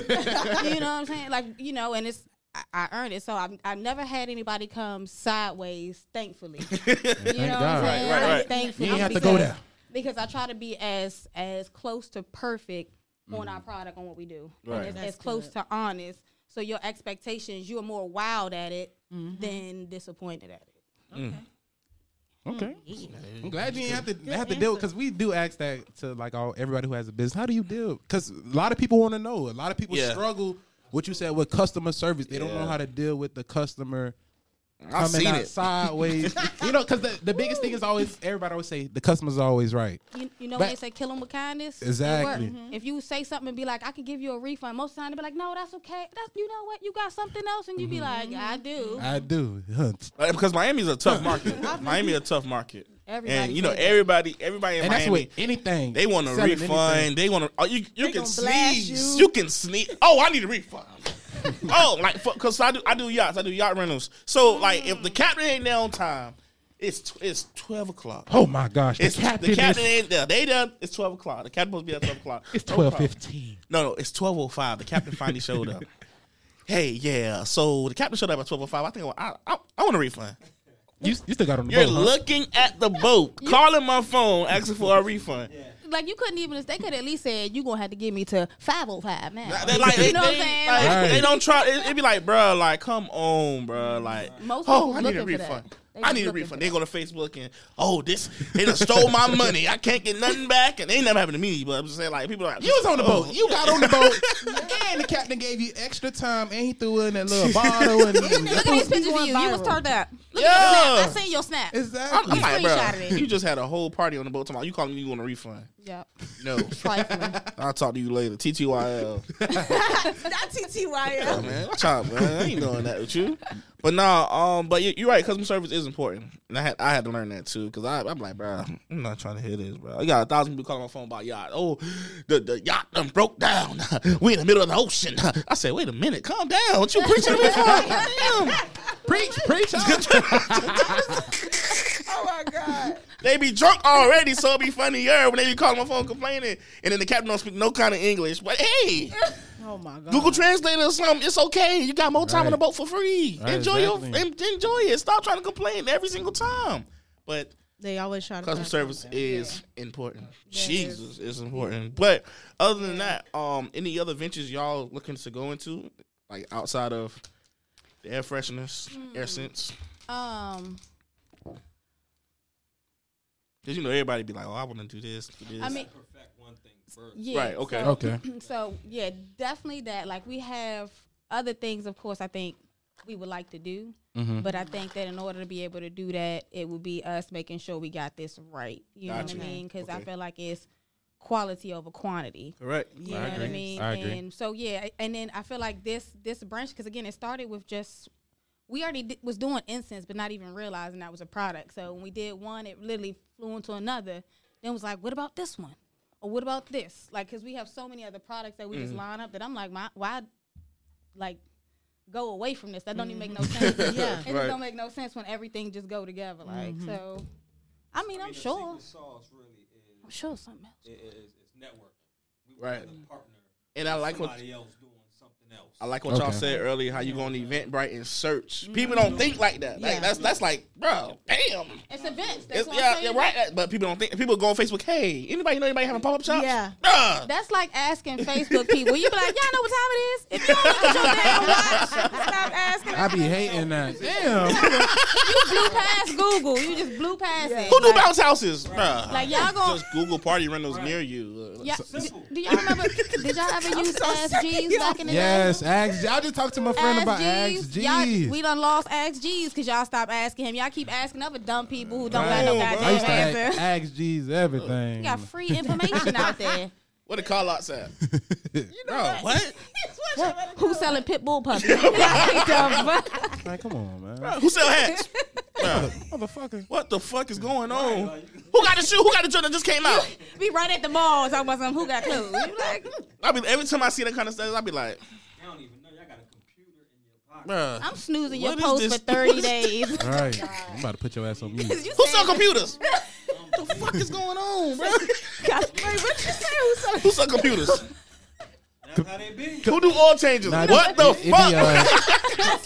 know what I'm saying? Like, you know, and it's I, I earned it. So I've, I've never had anybody come sideways, thankfully. you
Thank
know what
God.
I'm
Right,
saying?
right,
Like,
right.
Thankfully.
You ain't have to go
because-
there.
Because I try to be as as close to perfect on
Mm.
our product, on what we do. And
Right.
as-
That's
as close
good.
to honest. So your expectations, you are more wild at it
Mm-hmm.
than disappointed at it.
Okay. I'm glad you didn't have to have to deal because we do ask that to like all everybody who has a business. How do you deal? Because a lot of people want to know. A lot of people
Yeah.
struggle. What you said with customer service, they don't know
Yeah.
how to deal with the customer
I've
coming
seen
out
it.
sideways. you know, because the, the biggest thing is always everybody always say the customer's always right.
You, you know
But-
when they say kill them with kindness? It
Exactly.
work. If you say something and be like, I can give you a refund, most of the time they be like, no, that's okay. That's You know what? You got something else. And you be like, I do.
Mm-hmm. I do. Huh.
Like, because Uh, Miami's a tough market. Miami a tough market.
Everybody
and you know
said that.
everybody everybody in
And
Miami.
that's with anything.
They want a
Selling
refund.
anything.
They want to. Oh, you you can
gonna blast
sneeze. You.
you.
can sneeze. Oh, I need a refund. oh, like because I do I do yachts. I do yacht rentals. So like if the captain ain't there on time, it's tw- it's twelve o'clock.
Oh my gosh, the
It's
captain,
the captain
is,
ain't there. They done. It's twelve o'clock. The captain supposed to be at twelve o'clock.
it's
No problem.
twelve fifteen.
No, no, it's twelve oh five. The captain finally showed up. Hey, yeah. So the captain showed up at twelve oh five. I think I, wa- I, I, I want a refund.
You, you still got on the
You're
boat, huh?
looking at the boat, calling my phone, asking for a refund.
Like you couldn't even. They could at least said you gonna have to give me to five oh five now.
They like they,
you know what I'm
they-
saying?
like,
Right.
they don't try. It, it be like, bruh, like come on, bruh, like
Most
oh,
people
I need a
looking for that.
refund.
They
I
just
need a
looking
refund.
for
They go to Facebook and oh, this they done stole my money. I can't get nothing back, and they ain't never happened to me. But I'm just saying, like people are like
You was on the
oh.
boat. You got on the boat, and the captain gave you extra time, and he threw in that little bottle. And
Look at these pictures of you. You was turned up. Look at
Yeah.
the snap. I seen your snap.
I'm,
exactly.
I'm like,
Screenshotted
bruh,
it.
you just had a whole party on the boat tomorrow. You calling me? You want a refund?
Yep.
No,
Trifling.
I'll talk to you later. TTYL,
Not TTYL.
man, watch out, man. I ain't doing that with you. But nah, um, but you, you're right. Customer service is important, and I had I had to learn that too because I I'm like, bro, I'm not trying to hear this, bro. I got a thousand people calling my phone about yacht. Oh, the the yacht done broke down. We in the middle of the ocean. I said, wait a minute, calm down. What you preaching to me for? Damn.
Preach, preach.
Oh my god.
They be drunk already, so it be funnier when they be calling my phone complaining, and then the captain don't speak no kind of English. But hey,
Oh my god.
Google Translate or something, it's okay. You got more time on the
Right.
boat for free.
Right,
enjoy
exactly.
your en- enjoy it. Stop trying to complain every single time. But
They always try to
customer
find
service
something.
is important.
is.
Jesus, it's important. But other than that, um, any other ventures y'all looking to go into, like outside of the air fresheners,
Hmm.
air sense?
Um,
Because you know everybody be like, oh, I want to do this, do this.
I mean,
perfect one thing first.
yeah.
Right, okay.
so-
Okay.
So yeah, definitely that. Like we have other things, of course. I think we would like to do,
Mm-hmm.
Mhm.
but I think that in order to be able to do that, it would be us making sure we got this right. You know
Gotcha.
what I mean? Because I
Okay.
feel like it's quality over quantity.
correct.
You
I
know what I
agree.
mean?
I agree.
And so yeah, and then I feel like this this branch because again it started with just we already di was doing incense, but not even realizing that was a product. So when we did one, it literally flew into another. Then was like, what about this one? Or what about this? Like, because we have so many other products that we
Mm.
just line up that I'm like, my, why, like, go away from this? That don't even make no
Mm-hmm.
sense.
Yeah.
It
Right.
just don't make no sense when everything just go together. Like,
Mm-hmm.
so, I mean, I am
The
sure,
secret sauce really is,
I'm sure something else.
i- i- is, is networking. We
Right.
want to partner
And I like what
somebody else doing something else.
I like what y'all
Okay.
said earlier. How you go on Eventbrite and search? People don't
Mm-hmm.
think like that. Like
Yeah.
that's that's like, bro, damn.
It's events. That's
It's,
what I'm
yeah,
saying.
yeah, right. But people don't think. People go on Facebook. Hey, anybody know anybody having pop up shops?
Yeah.
Bruh.
That's like asking Facebook people. You be like, y'all know what time it is. If you don't look at your damn watch, stop asking.
I be hating that. Damn.
blew past Google. You just blew past it.
Who do
Like-
bounce houses? Bruh.
Like y'all going
just Google party rentals near you. Uh,
yeah,
Simple.
do y'all remember? Did y'all ever use Ask Jeeves back in the
Yes,
day?
Ask. G- I just talked to my friend about Ask
Jeeves.
G's.
Y'all, we done lost Ask Jeeves because y'all stopped asking him. Y'all keep asking other dumb people who don't got no
Right.
I used
goddamn
to ask,
answer.
ask G's everything.
You got free information out there.
What the call outs at? Bruh, what?
Who's selling pit bull puppies? Like, the fuck?
like, come on, man.
Bruh, Who sell hats? Bruh,
Motherfucker.
what the fuck is going on? Who got the shoe? Who got the joint that just came out?
Be right at the mall talking about something. Who got clothes? You like,
I be every time I see that kind of stuff, I be like,
They don't even know y'all got a computer in your pocket.
bruh.
I'm snoozing your
What is
post
this?
for 30 days.
All right. I'm about to put your ass on mute.
You
Who
said-
sell computers? What the fuck is going on, bro?
Wait, what you say? Who's so-
Who sell computers?
That's how they be.
Who do oil changes?
Nah,
what
it-
the
it be,
fuck,
uh,
That's how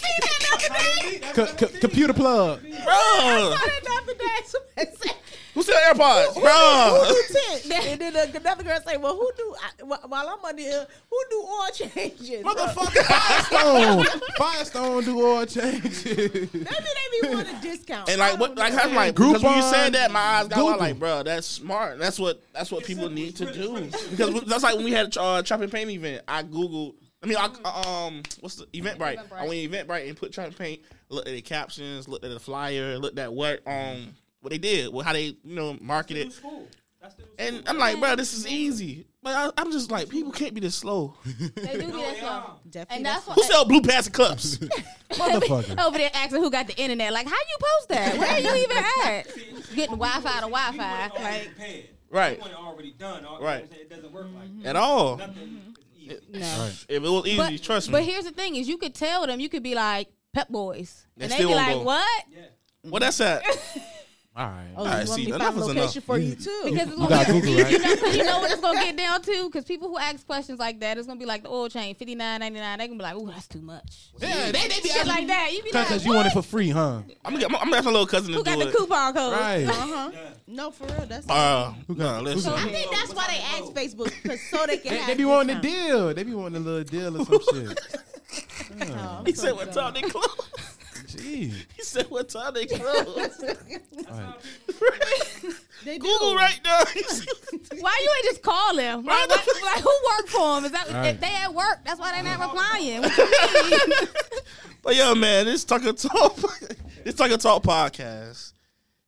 they be. That's
co-
how
co-
they be.
computer plug.
bro?
I saw that the other day. Somebody said,
Who sell AirPods, bro?
who do tent? And then uh, another girl say, well, who do, I, wh- while I'm on here, who do all changes?
Motherfucker.
Firestone. Firestone do all changes.
Maybe they be wanting a discount.
And
I
like what?
don't
Like
know.
I'm like because when you
Groupon,
said that, my eyes got wide,
Google.
like, bro, that's smart. That's what that's what people
simple.
need
It's
to
really-
do.
it's really
Because we- that's like when we had uh, Chop and Paint event. I googled. I mean, I, um, what's the Eventbrite?
Eventbrite.
I went Eventbrite and put Chop and Paint. Looked at the captions. Looked at the flyer. Looked at what um what they did. What how they you know
New
marketed.
school. That's the new
And
school.
I'm like, bro, this is easy. But I, I'm just like, people can't be this slow.
They do be that
they
slow.
are.
Definitely
And that's
Who
why
sell blue plastic cups?
Motherfucker.
over there asking who got the internet. Like, how you post that? Where you even at? Getting Wi Fi to Wi Fi. Like,
Right.
You want it already done. All,
Right.
It doesn't work
Mm-hmm.
like that.
At all.
Nothing is
no.
easy.
Right.
If it was easy,
But,
trust me.
but here's the thing: is you could tell them, you could be like Pep Boys,
They
and they'd
still
be
won't
like,
go.
"What?"
Yeah.
what that's at?
All right.
Oh, you
I
want
see,
me to
enough
find a
is enough.
location for you, too.
Because it's
You
gonna
got
be,
Google, right?
you, know, you know what it's gonna get down to? Because people who ask questions like that, it's gonna be like the oil chain, fifty nine ninety nine. They gonna be like, "Ooh, that's too much."
Yeah, they, they be
Shit like that. You be like,
Because you
"What?
want it for free, huh?
I'm gonna, get- I'm gonna ask my little cousin to
Who got
do
the
it.
coupon code?
Right.
uh-huh.
Yeah.
No, for real. That's
Uh, nah, listen.
So
I
I
think that's why they ask Facebook because so they can.
They,
have
they be wanting a deal. They be wanting a little deal or some shit.
Oh,
he said what time they close.
Gee.
He said what time they close.
All right.
They
Google
do.
right now.
Why you ain't just call them? Like,
Right.
why- like, who work for them? Is that
Right.
if they at work? That's why they not replying. What you mean?
but yeah, man, this Tucker Talk, this Tucker Talk podcast,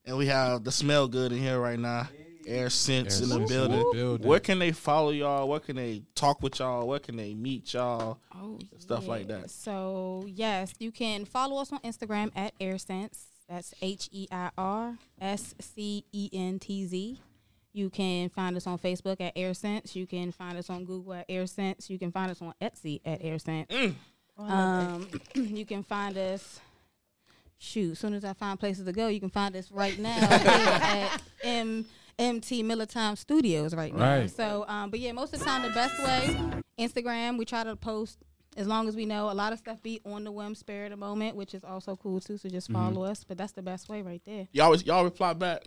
and we have the smell good in here right now. Air Sense in the
Sense
building.
building.
Where can they follow y'all? Where can they talk with y'all? Where can they meet y'all?
Oh,
Stuff like
yeah.
that.
So yes, you can follow us on Instagram at AirSense. That's H E I R S C E N T Z. You can find us on Facebook at AirSense. You can find us on Google at AirSense. You can find us on Etsy at AirSense. Um, you can find us. Shoot, as soon as I find places to go, you can find us right now here at M- MT Militime Studios right now.
Right.
So, um, but yeah, most of the time the best way Instagram. We try to post as long as we know a lot of stuff be on the whim spare at the moment, which is also cool too. So just follow
Mm-hmm.
us. But that's the best way right there.
Y'all always y'all reply back.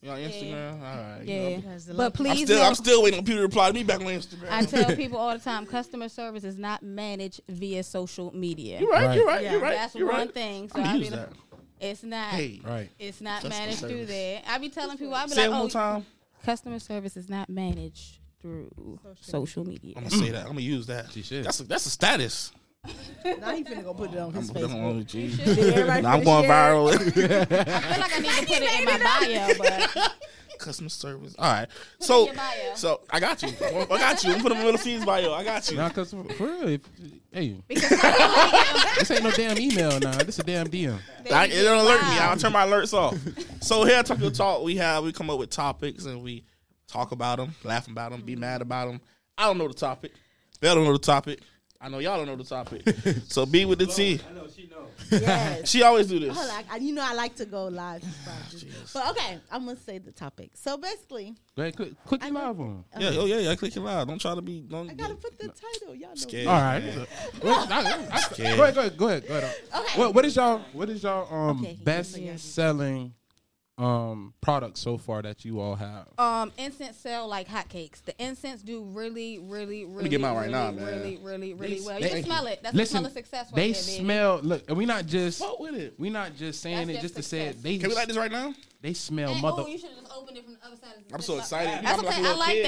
Y'all Instagram. All right.
Yeah.
There's a
But
lot-
I'm
please,
still, I'm
know-
still waiting on people to reply to me back on Instagram.
I tell people all the time, customer service is not managed via social media.
you're right, You're
Right.
right. You're
Yeah,
right.
That's
you're
one
right.
thing. So
I'm gonna
I
use
be like,
that.
it's not.
Hey,
Right.
It's not
Customer
managed through
service.
there. I be telling people, I be
say it
like,
one
oh,
more time.
customer service is not managed through social media.
I'm gonna say that. I'm gonna use that.
She should.
That's a, that's a status.
Now he finna go put it on
I'm,
his
going
Facebook.
on G.
Everybody
Nah, I'm
finna
going
share it.
viral.
I feel like I need to put it in my bio, but
Customer service. All right. So
your bio.
so I got you. I got you. I'm putting my little scenes bio. I got you.
Nah, cause for for real, if, hey, this ain't no damn email now. This a damn DM.
I, it don't alert me. I'll turn my alerts off. so here at Tokyo Talk, we have we come up with topics and we talk about them, laugh about them, be
Mm-hmm.
mad about them. I don't know the topic. They don't know the topic. I know y'all don't know the topic. so be with the T.
Oh, I know she knows.
Yes.
She always do this.
I like- I- you know I like to go live.
Ah,
but okay, I'm gonna say the topic. So basically,
Go ahead, click, click
I
the
know-
live on.
Yeah, oh yeah, yeah. Click it loud. Don't try to be. Don't,
I gotta put the title. Y'all know.
Scared.
All right. Well, I- I- I-
Scared.
Go ahead, go ahead, go ahead, go ahead.
Okay.
What what is y'all what is y'all um
Okay, he
best
can see.
selling um product so far that you all have?
Um, incense sell like hotcakes. The incense do really, really, really,
get mine right
really,
now, man.
really, really, really
They-
well.
they-
you can smell it. That's the smell of success. Right
they
there, baby.
smell. Look, and we not just
Fuck with it.
we not just saying
That's
it just
their
to say
success.
it. They
Can we like this right now?
they smell
Dang,
mother.
Oh, you should have just opened it from the other side. Of the
I'm so
ziploc
excited.
bag. That's
I'm like
okay.
a
I
little
like
kid.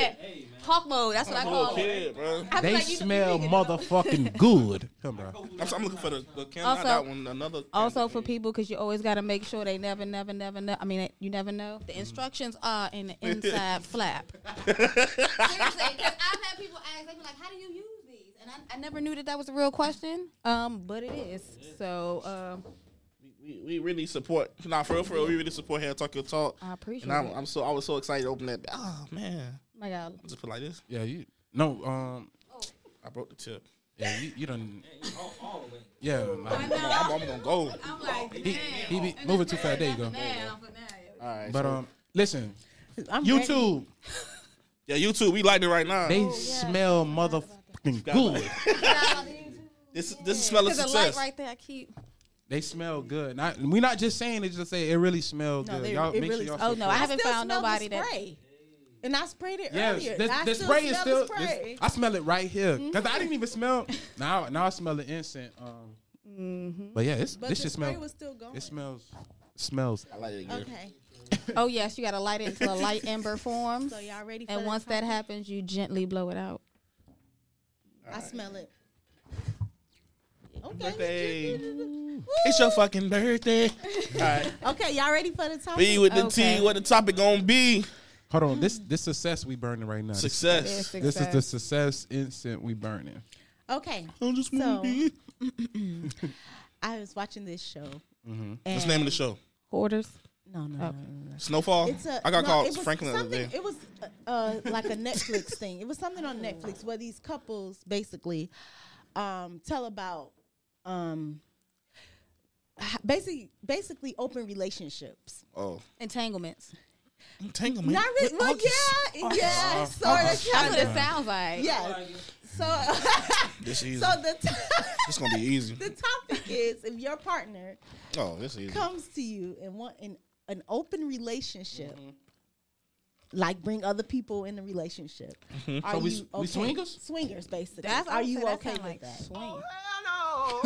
that. Talk mode. That's what I
I'm a little
call it.
kid, bro.
I be
They
like, you- you
smell
need to know.
motherfucking good. Come on.
I'm, so- I'm looking for the, the camera.
Also-
not that one. Another.
Also
camera.
for people, because you always got to make sure they never, never, never know. I mean, you never know. The instructions are in the inside flap. Seriously, because I've had people ask, they be like, "How do you use these?" And I, I never knew that that was a real question. Um, but it is. So um,
we, we really support. Nah, for real, for real, we really support Hair Talk Your Talk.
I appreciate
And I'm,
it.
I'm so I was so excited to open that. Oh man,
my God,
I just put it like this.
Yeah, you no um
I broke the tip.
yeah you, you done
All, all the way.
yeah
oh.
like,
I'm, I'm gonna go. All
I'm like,
he he be moving too fast. There you go.
right,
But
so-
um listen,
I'm ready.
Oh,
YouTube
yeah, YouTube, we lighting it right now.
they smell motherfucking good.
this this is smell of
Because the light
success.
right there, I keep.
They smell good. Not, we're not just saying it. Just say it really smell
No,
good.
they-
y'all
it
make
really-
sure y'all
Oh no, I
support.
haven't
Still
found
smell the
nobody that.
spray. And I sprayed it
Yes,
earlier.
the,
I
the spray is
smell
still.
the spray. Mm-hmm.
this- I smell it right here because I didn't even smell. Now, now I smell the incense. Um, But yeah, it's,
Mm-hmm. but
this
the
shit
spray
smells.
was still going.
It smells. Smells.
I like it again.
Okay,
Oh yes, you got to light it until a light ember forms,
so y'all ready? For
and
the
once that
topic?
happens, you gently blow it out.
I smell it.
birthday.
Okay.
It's your fucking birthday. All right,
Okay, y'all ready for the topic?
be with the
Okay.
T. What the topic gonna be?
Hold on. This this success we burning right now. This,
Success.
this is the success incense we burning.
okay.
I just
So-
wanna be-
I was watching this show. Mm-hmm.
What's the name of the show?
quarters.
No, no, no,
Oh.
no, no.
Snowfall.
It's a.
Oh, I got
no,
called
it was
Franklin the other
something-
day.
It was uh, uh, like a Netflix thing. It was something on Netflix where these couples basically um, tell about um, h- basically basically open relationships.
Oh,
Entanglements.
entanglement.
Not really.
With
Well,
August.
yeah,
Uh,
yeah, sort of.
That's
kind
what
of.
it sounds like.
Yeah. So,
This easy.
so the t-
It's gonna be easy.
the topic is if your partner
Oh, this easy.
comes to you and want an, an open relationship, like bring other people in the relationship. Are
Mm-hmm. So we
you
s- we swingers?
Swingers, basically.
That's
Are
I would
you
say that
okay
sound
with
like
that? Oh,
Swing.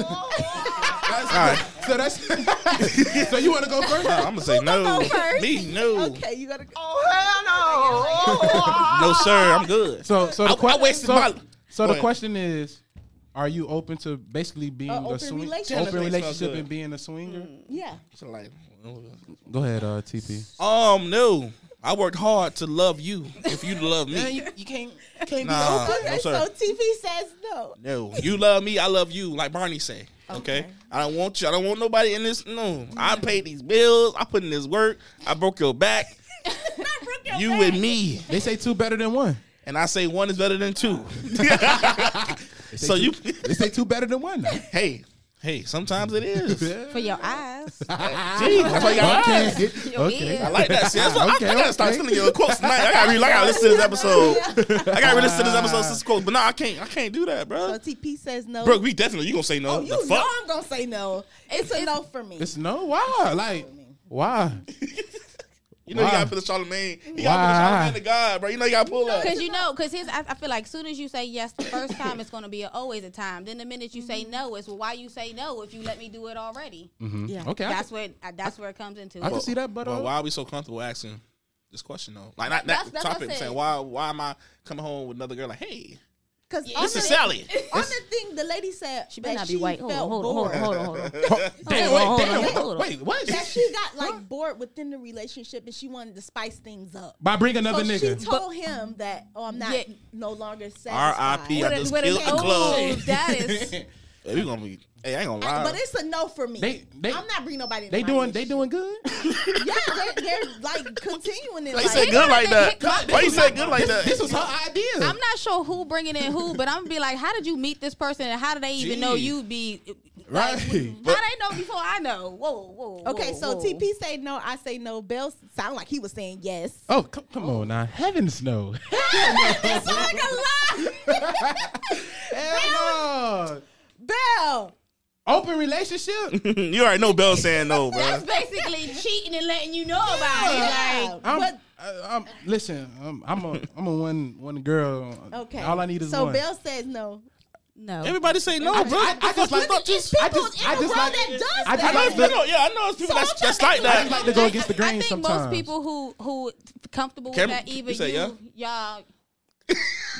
All right.
So that's. so you want to go first?
I'm gonna say no.
go first.
Me no.
Okay, you gotta.
Oh.
No sir, I'm good.
So so the
I- I
question.
wasted
So,
my-
so
Go
the
ahead.
question is, are you open to basically being
Uh,
a
open
swing,
relationship. Mm.
open
Smells
relationship
good.
and being a swinger?
Yeah.
So like,
Go ahead, uh, TP.
um, no, I worked hard to love you. If you love
Man,
me,
you, you can't can't
Nah.
be open.
Okay,
I'm
so
sorry.
TV says no.
no, you love me, I love you. Like Barney say, okay?
Okay.
I don't want you. I don't want nobody in this. No, I paid these bills. I put in this work. I broke your back. you and me,
They say two better than one.
and I say one is better than two. so you,
They say two better than one. though.
hey, hey, sometimes it is.
For your eyes.
Gee, that's why you got eyes.
Okay. okay.
I like that. See, that's what
Okay,
I, I gotta start
okay.
sending you quotes tonight. I gotta, re- I gotta listen to this episode. I gotta re- listen to this episode since quotes, but no, I can't. I can't do that,
So
bro.
TP says no.
Bro, we definitely you gonna say no?
oh,
the
you know
fuck?
I'm gonna say no. It's a no for me.
It's no why. Like why?
You know you
Why?
gotta put the Charlemagne. You gotta put
Why?
the Charlemagne to God, bro. You know you gotta pull up.
Because you know, because his, I, I feel like as soon as you say yes the first time, it's going to be a, always a time. Then the minute you
Mm-hmm.
say no, it's well, why you say no if you let me do it already.
yeah.
Hmm? Okay. I,
That's where uh, that's where it comes into.
I can see that, but
But
uh,
why are we so comfortable asking this question though? Like not that
That's- that's what I
topic.
said.
Saying why? Why am I coming home with another girl? Like hey,
Because
this is Sally.
On the thing, the lady said
She better
that
not be
she
white. Hold on,
felt
hold on, hold on, hold
bored.
on, hold on.
Damn,
hold
wait,
on,
damn,
hold on.
wait, what?
That she got like bored within the relationship and she wanted to spice things up.
by bring another
so she
nigga.
told him that, oh, I'm not
Yeah.
no longer satisfied.
R.I.P.
With
I
a-
just
with a-
killed the
oh,
club.
that is.
Hey, we gonna be. Hey, I ain't gonna
I-
lie.
but it's a no for me.
They- they-
I'm not bringing nobody.
They
into my
doing they
relationship.
doing good.
Yeah, they're, they're like continuing it.
Why
Like,
you say good like that? Why you say good like that?
This was her idea.
I'm not sure who bringing in who, but I'm gonna be like, how did you meet this person, and how do they even know
Gee.
you be?
right.
mm.
How they know before I know? Whoa, whoa. whoa,
Okay, so
whoa.
TP say no, I say no. Bell sound like he was saying yes.
oh come, come on now, heavens no.
That's like a lie.
Hell no.
Bell.
Open relationship.
you already know Bell saying no, bro.
That's basically cheating and letting you know about it. Like,
Yeah.
I'm,
But-
I, am listen. I'm, I'm a I'm a one one girl.
okay.
All I need is
so
one.
Bell says no.
no.
Everybody say no, bro.
I, I just like
Look at these
I
people
just
in
I
Oh, the
just
world
like
that does
I
that.
just
I
like
know,
the-
people, yeah, I know it's people
So
that's
I'm
just like
trying to
I
that.
just like to go against the
I
grain
think
sometimes.
most people who who comfortable
Cam-
with that,
you
even
say
you, y'all.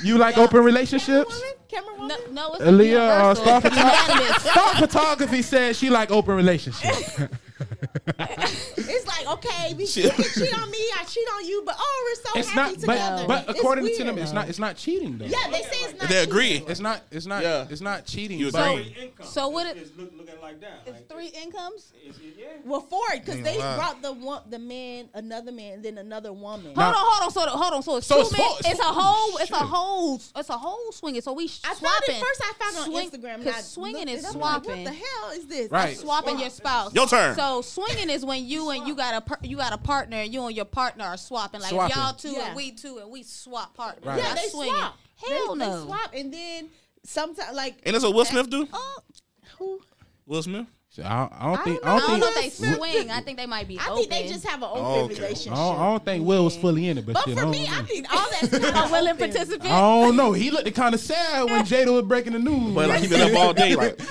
you like open relationships?
Camerawoman? Camerawoman?
No, no, it's
Aaliyah, uh,
universal.
star,
It's unanimous.
photography, star photography says she like open relationships.
It's like, okay, we, you can cheat on me, I cheat on you, but oh, we're so
it's
happy
not,
together.
but, but
It's
according to
weird.
them, it's not it's not cheating though.
Yeah, they say it's not.
They
cheating.
agree.
It's not it's not
Yeah.
it's not cheating.
You
but-
agree.
So what it-
Is look, looking like that? like,
It's three incomes.
It's, it's, yeah.
Well, for it, because
Ain't
they
gonna lie.
brought the one, the man, another man, and then another woman.
Now-
Hold on, hold on. So the- hold on. So it's
So
two
it's
men.
four- it's
It's, a
four-
whole. It's a
shit.
whole. It's a whole swinging. So we
I
swapping.
found it first. I found it on
Swing-
Instagram. and
'cause
I
swinging
looked
is
it up, like,
swapping.
what the hell is this?
Right.
Swapping your spouse.
Your turn.
So swinging is when you and you got a par- you got a partner and you and your partner are swapping. Like
Swapping.
y'all two
Yeah.
and we two and we swap partners.
Right.
Yeah,
That's
they
swinging.
swap.
Hell
they,
no.
They swap, and then sometimes like
And that's what Will Smith do.
oh, who?
Will Smith.
I, I don't
I
think
don't
I
I don't
don't
know
think
if they swing. I think they might be.
I
open.
think they just have an open
Okay.
I
relationship.
don't, I don't think Will was fully in it, but,
but
shit,
for
I don't
me,
know.
I mean, all that's kind
a
of
willing
open.
participant.
I don't know. He looked kind of sad when Jada was breaking the news.
But like he been up all day. Like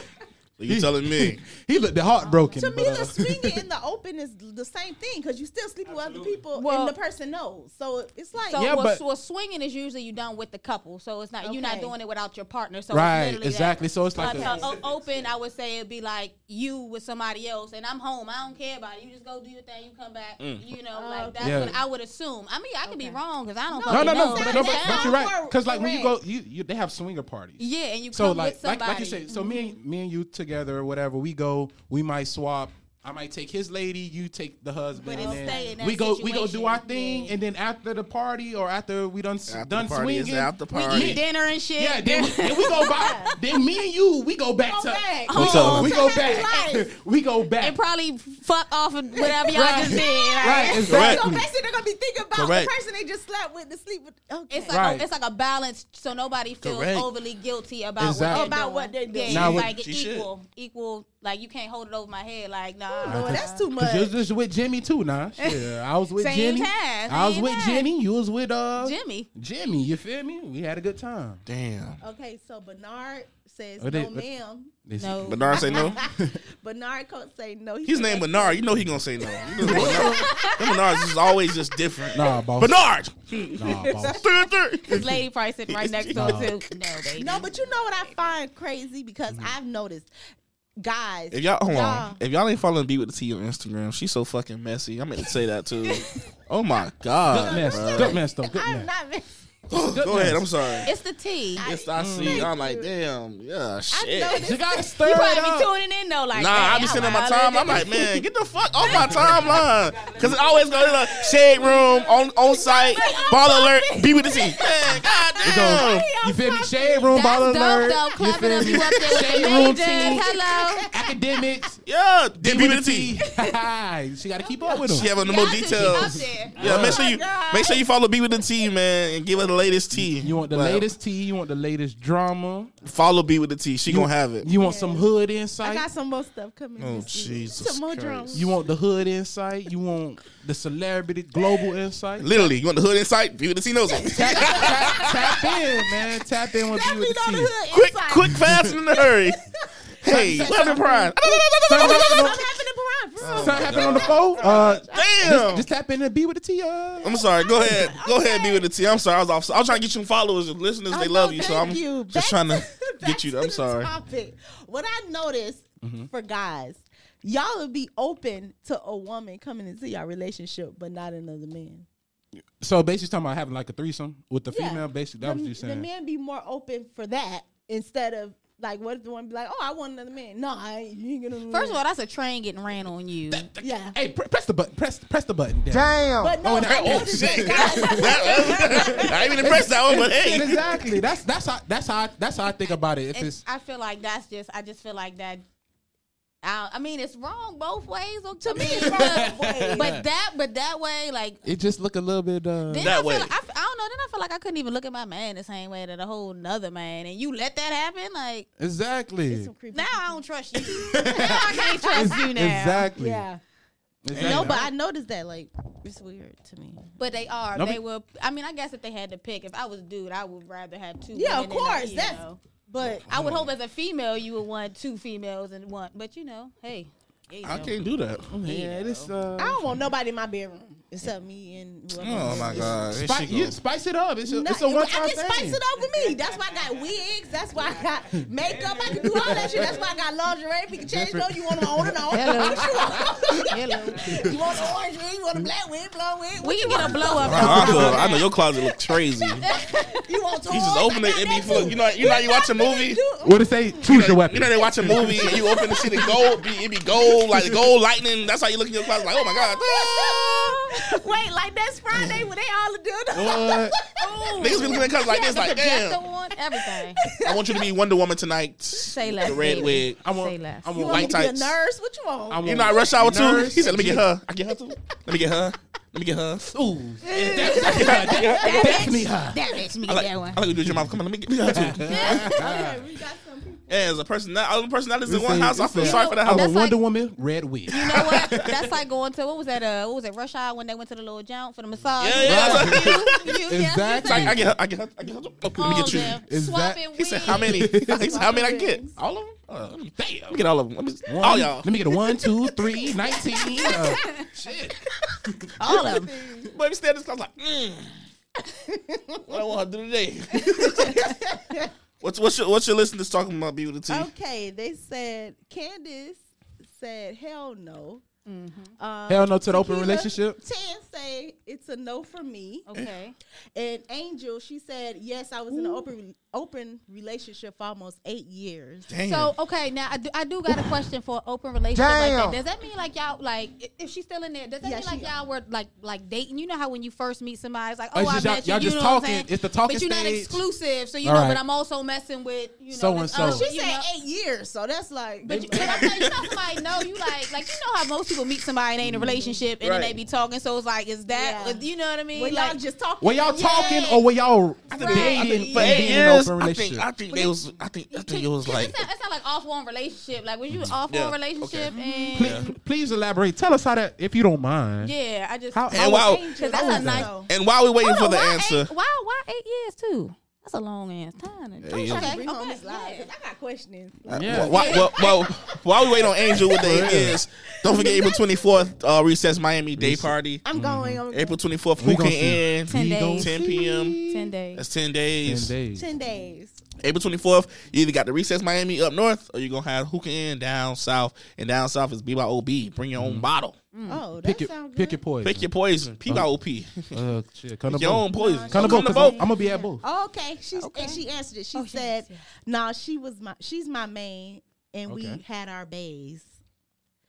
so you telling me?
he looked heartbroken.
To me,
but, uh,
the swinging and the open is the same thing because you still sleep with other people
Well-
and the person knows. So it's like
So
Yeah,
what,
but-
what swinging is usually you done with the couple, so it's not you're not
Okay.
doing it without your partner. So
Right,
it's literally
exactly.
That.
So it's like
But
a-
to o- open, I would say it'd be like you with somebody else, and I'm home. I don't care about it. You just go do your thing. You come back. You know,
Oh,
like
okay.
that's
Mm. Yeah.
what I would assume. I mean, I could be wrong because I don't.
no,
fucking
no, no,
know,
no,
but
but,
it
but
sounds-
you're right. Because like when you go,
Correct.
you, you they have swinger parties.
Yeah, and you
So
come
like,
with
like
somebody. Mm-hmm.
like you said, so me and me and you together or whatever, we go, we might swap. I might take his lady, you take the husband,
But
and
it's stay in
then
that
we go we go do our
situation.
thing, and then after the party or after we done s-
After the
done
party, it's
swinging,
after
we-
party.
eat dinner and shit.
yeah, then we, then we go back. then me and you, we go back to
back.
we go
Home.
we go
To happy
back
life.
we go back.
and probably fuck off and whatever y'all
Right.
just did. like-
Right,
so
exactly.
basically they're gonna be thinking about
Correct.
the person they just slept with, to sleep with. Okay.
It's like
Right.
a, it's like a balance, so nobody feels
Correct.
overly guilty about
Exactly.
what they're
About
doing.
what they're doing.
Yeah,
Now
it's
what-
like
She should.
equal, equal. Like you can't hold it over my head. Like nah,
Lord, that's too much.
Cause you was just with Jimmy too, nah. Shit, I was with
Same
Jenny.
time,
I was
same
with
time.
Jenny. You was with uh
Jimmy.
Jimmy, you feel me? We had a good time.
Damn.
Okay, so Bernard says
Oh, they-
no,
but-
ma'am.
They said-
No,
Bernard say no.
Bernard Coates say no. He
His
said
name
that's-
Bernard. You know he gonna say no. You know Bernard. Them Bernards is always just different.
Nah, boss.
Bernard.
Nah, boss.
this lady probably sitting right next to him too. No, baby.
No, but you know what I find crazy because I've noticed guys.
If y'all hold
Y'all.
on, if y'all ain't following B with the T on Instagram, she's so fucking messy. I meant to say that too. oh my god,
Good mess.
bro.
Good mess, though. Good
I'm
mess.
not.
Go ahead. I'm sorry.
It's the tea. I,
Yes, I see. I'm like, damn. Yeah, shit.
know this.
You gotta stir
you
it
probably be
up.
tuning in though. Like,
Nah,
man,
I be
I'm
sending my
wild.
time. I'm like, man, get the fuck off my timeline. Cause it always goes to the shade room, on on site, ball alert, be with the team. Man,
Go.
goddamn.
You feel me? Shade room,
That's
ball
dope
alert.
though.
You
Clapping
feel
up
me?
you up there with
Shade
the
room
majors.
team.
Hello.
Academics.
Yeah, be
Be
with the team.
she gotta keep up with
She
them.
have no more
Y'all just keep
details.
up there.
Yeah, make sure you make sure you follow B with the T, man, and give her the latest T.
You want the
Well,
latest tea. You want the latest drama.
Follow B with the T. She
You-
gonna have it.
You want
Yeah.
some hood
I
insight.
got some more stuff coming.
Oh,
this week.
Jesus
Some more
Christ.
drums.
You want the hood insight. You want the celebrity global insight.
Literally, you want the hood insight? B with the T knows it.
tap, tap, tap in, man. Tap in with you
Definitely
with
know the
the
hood
quick,
inside.
quick, fast, and in a hurry. Hey, London Prime.
Oh, yeah,
Something
something happened in Paran.
something happened on the
Oh
phone. Uh,
Damn.
just tap in and be with the T. Uh,
I'm sorry. Go ahead. Go ahead. Be with the T. I'm sorry. I was off. I was trying to get you some followers and listeners.
I
They
know,
love you. So
Oh, thank
I'm
you. Back
just trying to
back
get you.
to
I'm
the
sorry. Mm-hmm.
Topic. What I noticed for guys, y'all would be open to a woman coming into your relationship, but not another man.
so basically, talking about having like a threesome with the
Yeah.
female. Basically,
the,
that was you
the
saying.
man be more open for that instead of like, what if the one be like, oh, I want another man? No, I ain't, you ain't gonna.
First of all, that's a train getting ran on you.
yeah.
Hey, pr- press the button. Press, press the button. Damn.
But no,
Oh, and-
I
oh,
noticed that
Shit.
guys-
I ain't even impressed that one, but hey.
Exactly. That's that's how that's how I, that's how I think about it. If
It's,
it's
I feel like that's just. I just feel like that. I, I mean, it's wrong both ways. Or to me, it's wrong
both ways.
But that, but that way, like
it just look a little bit. Uh,
then
That
I feel
way.
Like, I, f- I don't know. Then I feel like I couldn't even look at my man the same way that a whole nother man, and you let that happen. Like
exactly.
Some creepy-
now, I don't trust you. now I can't trust you now.
Exactly.
Yeah.
Exactly.
No, but I noticed that. Like, it's weird to me.
But they are.
No,
they
be-
will. I mean, I guess if they had to pick, if I was a dude, I would rather have two.
Yeah, of
women than, uh,
course.
you
That's.
know.
But
I
Mm.
would hope as a female you would want two females and one, but you know, hey, you
I
know.
can't do that.
yeah, this uh,
I don't want nobody in my bedroom except me and whoever.
Oh my god. Here
spice,
she go.
you spice it up. It's a,
Not-
it's a
I
one time
can
thing.
spice it up with me. That's why I got wigs. That's why I got makeup. I can do all that shit. That's why I got lingerie. We can change those. You want them on and off.
Hello.
What you want?
Hello.
you want an orange wig? You want a black wig? Blonde wig?
we
What
can
you
get a
want?
blow up.
I, know, I know your closet look crazy. You
You want toys?
just open it and be full. You know, you know, you watch a movie.
What it say? Choose your
You
weapon.
know they watch a movie and you open to see the gold, be, it be gold, like the gold lightning. That's how you look in your closet, like, oh my god,
Wait, like that's Friday when they all are doing.
What?
niggas be looking at closet like this, like,
projector
damn.
one, everything.
I want you to be Wonder Woman tonight. Say
less,
The red
baby.
wig.
I want.
Say less.
I
You
want
want me
White
white.
to be a
tights.
nurse? What you want?
I want
You know, I rush hour too.
Nurse.
He said, "Let me get her. I get her too. Let me get her. Let me get her."
Ooh, that's, that's, that's, me her.
That bitch me
I like.
that
I
one.
like what you do with your mouth. Come on, let me get, let me get her too.
Okay, we got some people.
Yeah, as a person, that all the personalities in
This
one
ain't-
house, I
this
feel
ain't-
sorry for that
I
house.
want
That's like-
Wonder Woman, red wig.
You know what? That's like going to what was that? Uh, what was it? Rush hour when they went to the little jump for the massage.
Yeah, yeah.
Right.
it's like-
You- you- yeah,
Exactly.
It's like I get her. I get her. I get her. too. Oh, let me
all
get you.
them
Is that-
swapping
He said, "How many? He said, how many I get? All of them? Uh, let me- damn, let me get all of them. Let me,
One-
all y'all.
Let me get a one, two, three, nineteen. Uh,
wigs. all of them.
Let me stand this. close, like, mm. what I want her to do today. what's what's your what's your listeners talking about? Be with the
Oh,
T.
Okay, they said Candace said hell no.
Mm-hmm.
Um,
Hell no to the open
Tequila
relationship?
Tan say it's a no for me.
Okay.
And Angel, she said yes. I was in an open open relationship for almost eight years.
So okay, now I do, I do got a question for an open relationship like that. Does that mean like y'all like i- if she's still in there? Does that
Yeah,
mean like
she-
y'all were like like dating? You know how when you first meet somebody, it's like
Oh,
oh,
it's
I
just
met
y'all-
you.
y'all
you
just
know what I'm
talking.
saying?
It's the talking
But you're not
stage.
exclusive, so you
All
know.
right.
But I'm also messing with you know
So and
this
so.
other-
She
She
you
said
know-
eight years, so that's like
But, you, but I'm saying, you know, somebody know you like, like you know how most people meet somebody and they in a relationship and
Right.
then they be talking. So it's like, is that
Yeah.
you know what I mean?
when
like,
y'all just talking.
were y'all
Yeah.
talking or were y'all
Right.
dating
For
and
eight
being in an
years,
open
I think
relationship?
I think they was I think I think it was
'cause
like Mm-hmm.
it's not, it's not like off one relationship. Like when you off
Yeah.
one relationship and
Please,
Mm-hmm.
please elaborate. Tell us how that, if you don't mind.
yeah, I just
How-
I
how
And
was-
while
Cause that's a nice-
and while we're waiting
Hold
for
on,
the
why
answer,
Eight, why why eight years too? That's a long ass time.
yeah.
Okay,
Bring home
okay,
this live,
yeah.
'cause I got questions.
Yeah.
Well, well, well, while we wait on Angel, what day it is? Don't forget April twenty fourth, uh, recess Miami Day Party.
I'm going.
mm-hmm.
I'm
April twenty fourth,
We
who can
gonna see.
end?
Ten
We
days.
gonna-
10 p.m.
Ten days.
That's ten
Ten
days.
days.
ten days.
April 24th, you either got the Recess Miami up north or you're going to have Hookah Inn down south. And down south is BYOB. Bring your
Mm-hmm.
own bottle.
Mm.
Oh, that
Pick your
sounds good.
pick your poison.
Pick your poison. PYOP.
uh, shit, come to
your own
both.
poison.
Come to both.
to
'cause I'm,
both.
I'm gonna be at both.
Oh, okay. She's
Okay.
and she answered it. She
Oh, yes,
said,
yes.
"Nah, she was my she's my main, and
Okay.
we had our bays."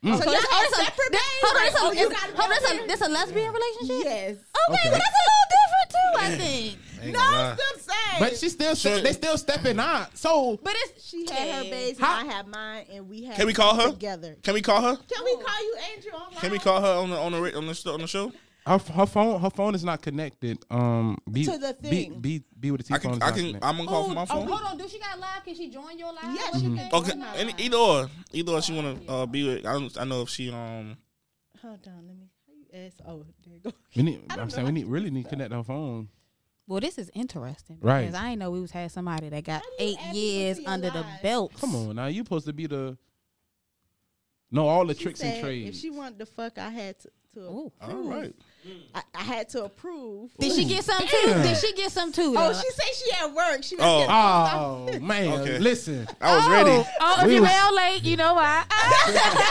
Mm.
So
So
y'all
that's-
are
that's a-
separate
that-
bays.
hold on,
Like,
so
oh, you
it's-
gotta
hold on,
go
so
there?
this a lesbian relationship?
Yes.
Okay,
Okay.
but that's a little different too, I think.
No, I'm still saying.
But she still
Sure.
they still stepping out. So
But it's
she had her bays, and
How-
I had mine, and we had
Can we call her?
together?
Can we call her?
Can we call you Angel? Online?
Can we call her on the on the ra- on the, sh- on the show?
her, her phone her phone is not connected. Um, be,
To the
Be,
thing.
be, be with the T
I
phone.
can
is
I
not
can
connected.
I'm gonna call from my
oh,
phone.
hold on, do she got live? Can she join your live?
Yes,
What
Mm-hmm.
she
you
can.
think?
Okay,
Why not?
any, either or, either or she wanna uh, be with. I don't I know if she um.
Hold on, let me. How you ask? Oh, there you go.
We need,
I don't
I'm
know.
saying we need really need to connect our phone.
Well, this is interesting
Right.
because I didn't know we was had somebody that got
How do you
eight
add people
years
to your
under the
lives?
belt.
Come on, now you supposed to be the know all the
She
tricks
said
and
If
trades.
she wanted to fuck, I had to. to
Ooh.
All
approve.
right.
I, I had to approve.
Did she get some too?
damn.
Did she get some too?
Oh,
though?
she said she at work. She was
Oh.
getting-
Oh man,
Okay.
listen.
I was ready.
Oh, if
We
you
was-
mail late, you know why? Ah,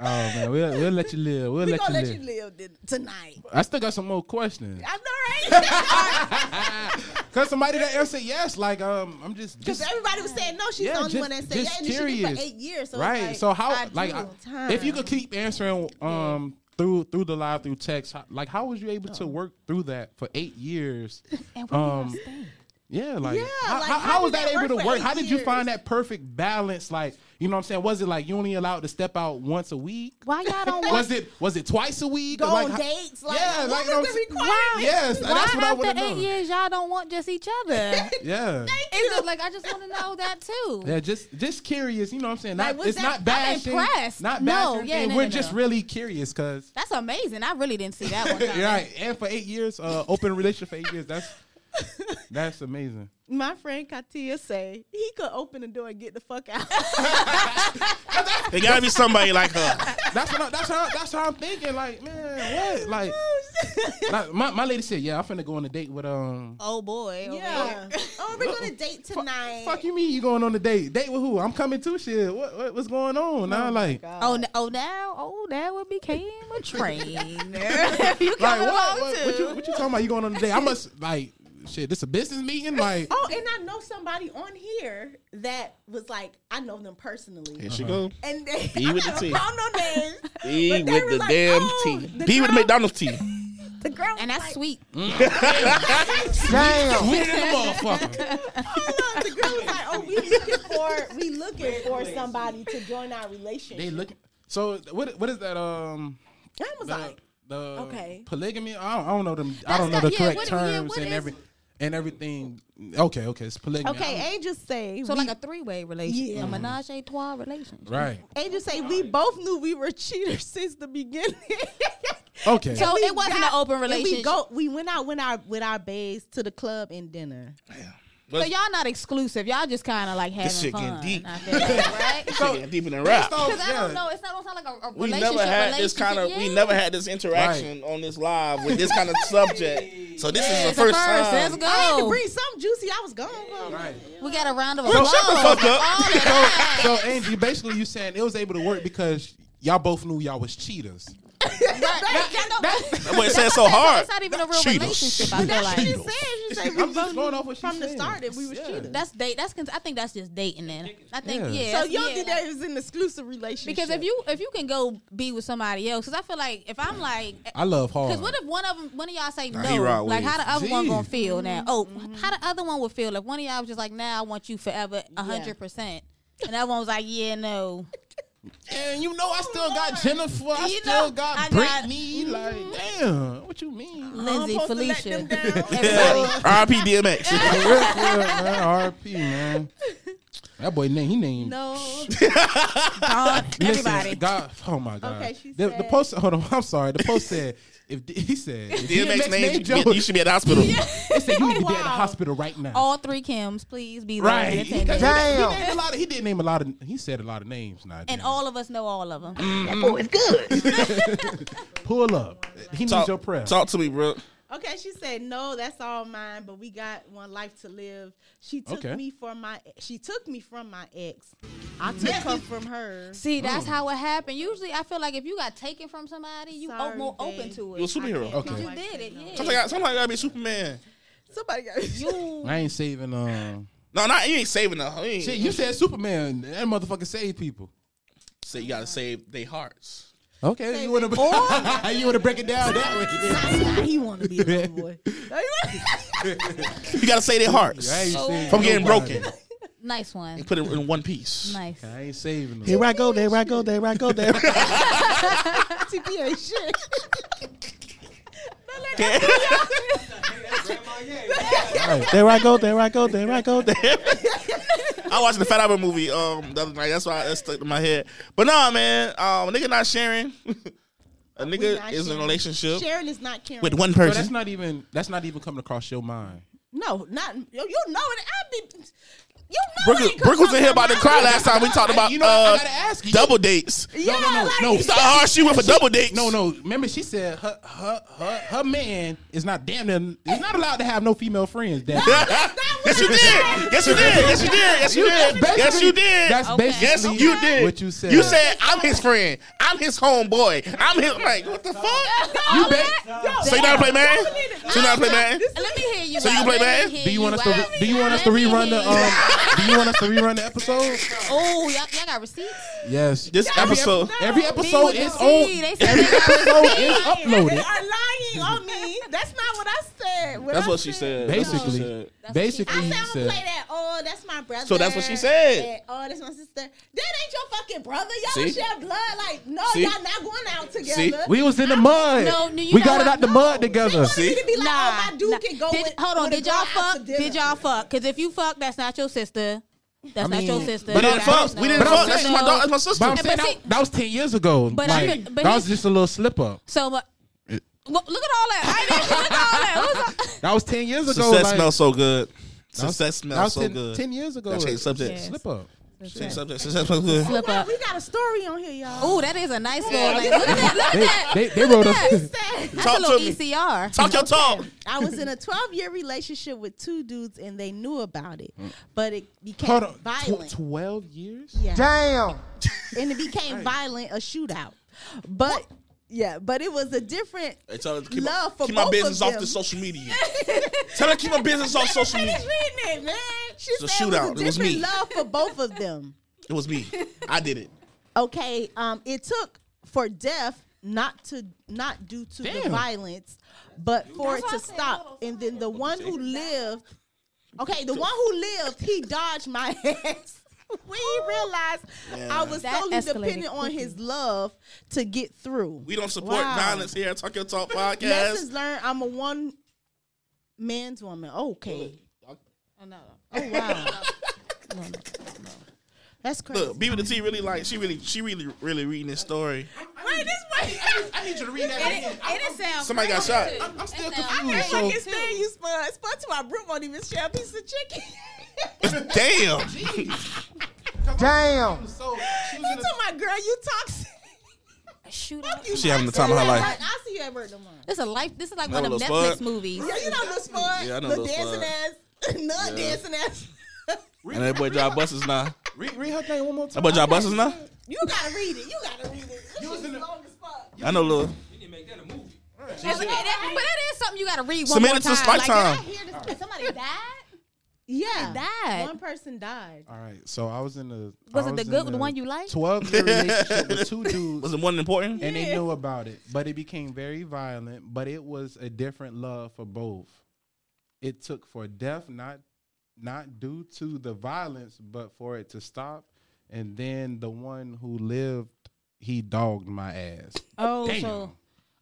Oh man, we'll, we'll let you live. We'll
we
let you
gonna let
live.
you live th- tonight.
I still got some more questions.
I know, right?
Cause somebody that answered yes, like um, I'm just
Because
just
everybody was saying no. She's
Yeah,
the only
just-
one that said yeah,
just
and she did
curious.
for eight years. So
right. so how
I
like
do
I-
time.
if you could keep answering um through through the live through text, how, like how was you able
Oh.
to work through that for eight years?
and
where y'all Um, Yeah, like,
Yeah,
how,
like, how
how, how was
did
that
that
able
work
to
for
work?
eight
How did you find
years?
that perfect balance? Like, you know what I'm saying? Was it like you only allowed to step out once a week?
Why y'all don't want?
Was it was it twice a week?
go
Like,
on
how-
dates, like
Yeah,
what
like,
was
I'm
the
s-
requirement?
Yes,
Why
that's what I
after
want to
eight
know.
years y'all don't want just each other?
Yeah.
it's just like I just want to know that too.
Yeah, just just curious, you know what I'm saying?
Like,
Not,
was
it's
that-
not
I'm
bashing.
impressed.
Not
No,
bashing.
yeah,
and
no,
we're
no,
just
no.
really curious cuz
That's amazing. I really didn't see that one. coming.
right. And for 8 years, uh open relationship for 8 years, that's that's amazing.
My friend Katia say he could open the door and get the fuck out.
It gotta be somebody like her.
That's what I, that's how that's how I'm thinking like, man, what? Like like, my, my lady said, "Yeah, I'm finna go on a date with um
Oh boy. over
yeah.
here.
oh, we're gonna date tonight.
Fuck you mean you going on a date? Date with who? I'm coming too. Shit. What, what what's going on? Now like
Oh, n- oh now, oh that would became a train. If you
like
coming
what,
along
what,
too?
what you what you talking about? You going on a date? I must like shit. This a business meeting? Like
Oh, and I know somebody on here that was like, I know them personally.
Here she go.
And they
Be
I'm
with
not
the
gonna
tea.
call no names.
Be
But they
with
was
the
like,
damn
oh,
tea. Be
the
with the
girl-
McDonald's tea.
The girl was
and that's
like,
sweet.
Mm-hmm.
damn, weird motherfucker.
Hold on, the girl was like, "Oh, we looking for we looking for somebody to join our
They
relationship."
look. So what what is that? Um,
I was
the,
like,
the
Okay.
polygamy. I don't, I don't know them. I don't know
not-
the
yeah,
correct
what- yeah,
terms
what
and
is-
every and everything. Okay, okay, it's polygamy.
"Okay,
I'm-
Angel say
So
we,
like a three way relationship,
Yeah.
a menage a trois relationship.
right.
Angel say we both knew we were cheaters since the beginning."
Okay.
So
We
it wasn't
got-
an open
and
relationship.
We go. We went out with our with our babes to the club and dinner.
so
Let's-
y'all not exclusive. Y'all just kind of like having
shit
fun.
getting deep.
I feel like, right?
Shit getting deep in the rap.
Oh,
Based off-
Because I
yeah.
don't know. It's not gonna sound like a, a
We
relationship.
never had this kind of.
relationship.
We
Yeah.
never had this interaction on this live with this kind of subject. So this
Yeah,
is
it's
the
a
first
first.
time.
Let's
I had to
go.
bring something juicy. I was gone. for.
Right.
We got a round of
Girl,
applause.
shut the fuck up.
All of
So,
that.
so Angie, basically, you saying it was able to work because y'all both knew y'all was cheaters.
That's what it said so hard.
It's not even a real
Cheaters.
relationship. I feel
She
like
said she said we
I'm
both
just
knew
going off what she
from the
said.
start that we was
Yeah.
cheaters.
that's date. That's cons- I think that's just dating. Then I think
Yeah.
yeah.
so
that's-
you
yeah,
did
like-
that is an exclusive relationship
because if you if you can go be with somebody else, because I feel like if I'm like.
I love hard.
Cause what if one of 'em- one of y'all say
Nah, he
no?
ride
Like
with
how the other one
Gee.
gonna feel now? Oh,
Mm-hmm.
how the other one would feel if one of y'all was just like, "Nah, I want you forever, a hundred percent," and that one was like, "Yeah, no."
And you know I still got Jennifer. I
You
still
know,
got
I got- Mm-hmm.
Brittany. like, damn, what you mean?
Lindsay,
supposed to let
Felicia,
them down.
everybody.
R.I.P. DMX.
For real, for real, man. RP, man. That boy name he named.
no
Dawn,
Listen,
everybody.
God, oh my God.
Okay, she
the, the
said-
post. Hold on, I'm sorry. The post said if D- he said if
DMX
named
named
Joe,
you. You should be at the hospital.
it said you need to be at
wow.
the hospital right now.
All three Kims, please be there
right.
and
He, he, he
attend.
named a lot of, he did name a lot of. He said a lot of names. Now
And all of us know all of them.
pull up. He needs
Talk,
your prayer.
talk to me, bro.
Okay, she said, "No, that's all mine, but we got one life to live." She took
Okay.
me from my she took me from my ex. I took her from her.
See, that's how it happened. Usually, I feel like if you got taken from somebody, you o-
Sorry,
more
babe.
open to
You a
it.
superhero.
Okay.
You did it, yeah.
Sometimes, I- sometimes I gotta be Superman.
Somebody got
You
I ain't saving. Um,
No, not you ain't saving the. You, ain't-
shit, you said Superman. That motherfucker saved people.
say you gotta save their hearts.
Okay, you want to you want to break it down that way?
Nah, he want to be a little boy.
You gotta save their hearts
I ain't
Oh,
saving
from getting
nobody.
broken.
nice one,
And put it in one piece.
nice.
I ain't saving. them.
Here I go, there I go, there I go, there.
TPA shit.
Grandma, yeah.
There I go, there I go, there I go, there. I watched the Fat Albert movie um the other night. That's why that stuck to my head. But nah, man, um, a nigga not sharing. a
We
nigga
not
is in
sharing.
a relationship
Sharon is not caring.
with one
So that's
person.
not even that's not even coming across your mind.
No, not you. You know it. I be. You know
Brooke,
it.
Brooke was in here about to cry last time we talked about
You know, I
uh,
gotta ask you.
double dates.
Yeah,
no, no, no,
like,
no.
It's not hard she went for double dates.
No, no. Remember, she said her her her, her man is not damn near is not allowed to have no female friends. Damn. near.
Yes, you did. Yes, you did. Yes, you did. Yes, you did. Yes, you
Basically,
did.
That's
Okay.
basically
Yes, you did.
What you said.
You said I'm his friend. I'm his homeboy. I'm his. I'm like, what the fuck?
All
bet-
that?
So you know how to play man? So you know how to play man?
Let me hear you.
So you
out.
play
Let
bad?
me hear
Do you want us to
out.
re- Do you want us to
Let me
rerun the
hear you.
um? Do you want us to rerun the episode?
Oh, y'all, y'all got receipts.
Yes.
This episode.
Every episode
They
is
see,
on.
they
Every
said they
episode is uploaded.
You are lying on me. That's not what I said. What
That's
I
what she said.
Basically,
That's
basically,
I
he
said, I'm gonna play
said.
that. Oh, that's my brother.
So that's what she said.
That, oh, that's my sister. That ain't your fucking brother. Y'all
See?
share blood. Like, no,
See?
y'all not going out together.
See?
We was in the mud.
No, no, you
we
know
got it
what?
out the
No.
mud together.
See?
You can be like, oh, my dude
nah.
can go
Did-
with.
Hold on,
with a
did y'all
girl out
fuck?
to dinner.
Did y'all fuck? Because if you fuck, that's not your sister. That's
mean,
not your sister.
We didn't
That's not
fuck.
your
We
sister.
didn't
But I'm
fuck. That's
saying-
my dog. That's my sister.
But I'm
But
saying
see-
that, that was ten years ago.
But I
like,
could- but
that was
here's-
just a little slip up.
So, uh, well, look at all that. I didn't look at all that. What's up?
That was ten years ago.
Success
like,
smells so good.
that was-
Success
that
smells
was
so
10
good.
Ten years ago.
Gotta change
it-
subject.
Slip up.
Change subject. Success smells good.
Slip
Well,
up. Oh.
we got a story on here, y'all.
Ooh, that is a nice little. Like, look at that. Look at
They,
that.
they, they wrote us.
Said,
That's
Talk
a
to
little E
me.
ECR.
Talk your talk.
I was in a 12 year relationship with two dudes and they knew about it,
Mm.
but it became
Hold on.
violent.
Tw- Twelve years.
Yeah. and it became violent, a shootout. But yeah, but it was a different.
Hey, tell her to keep,
Love
my,
for
keep my
both
business
of
off
them.
the social media. tell her to keep my business off social
Finish
media.
reading it, man. She
a
said
shootout. It
It was
was
a different
me.
love for both of them.
It was me. I did it.
Okay, um, it took for death not to not due to the
Damn.
violence, but for
That's
it to
what I said.
stop.
Hold on,
And then the one who lived, okay, the one who lived, he dodged my ass. We realized I was
That
solely
escalated
dependent on his love to get through.
We don't support
Wow.
violence here. at Talk your talk podcast.
Lessons learned. I'm a one man's woman. Okay.
Oh, no.
Oh wow. That's crazy.
Look, B with the T really like she really she really really reading this story.
Wait, this way.
I need you to read
It, it sound
Somebody got shot.
crazy.
I'm still
It sound
confused.
crazy.
So-
I can stand you, Spud. Spud to my broom won't even share a piece of chicken.
Damn.
Damn. So she
you to my girl, you toxic.
Shoot
Fuck you,
She having the
Spud.
time of her
At
life.
work, I'll see you at work tomorrow.
This is a life. This is like
That
one of
little
Netflix
spud.
movies.
Yeah, you know little Spud.
Yeah, I know
little
Lil
dancing
Spud.
ass. Nut dancing ass.
And that boy drive buses now.
read, read her thing one more
That
time.
boy drive buses now.
You gotta read it. You gotta read it. This shit's long as fuck.
I know little.
You need to make that a movie.
Hey, but that- but that is something you got to read one
Submit
more
it to
time.
Strike
like,
Time.
Did I hear this? Somebody died.
Yeah.
died.
One person died.
Oh,
All right. So I was in the.
Was
I
it the
in
good the one you liked?
Twelve year relationship with two dudes.
Was it one important?
and they
Yeah.
knew about it. But it became very violent. But it was a different love for both. It took for death, not not due to the violence, but for it to stop. And then the one who lived, he dogged my ass.
Oh,
Damn.
so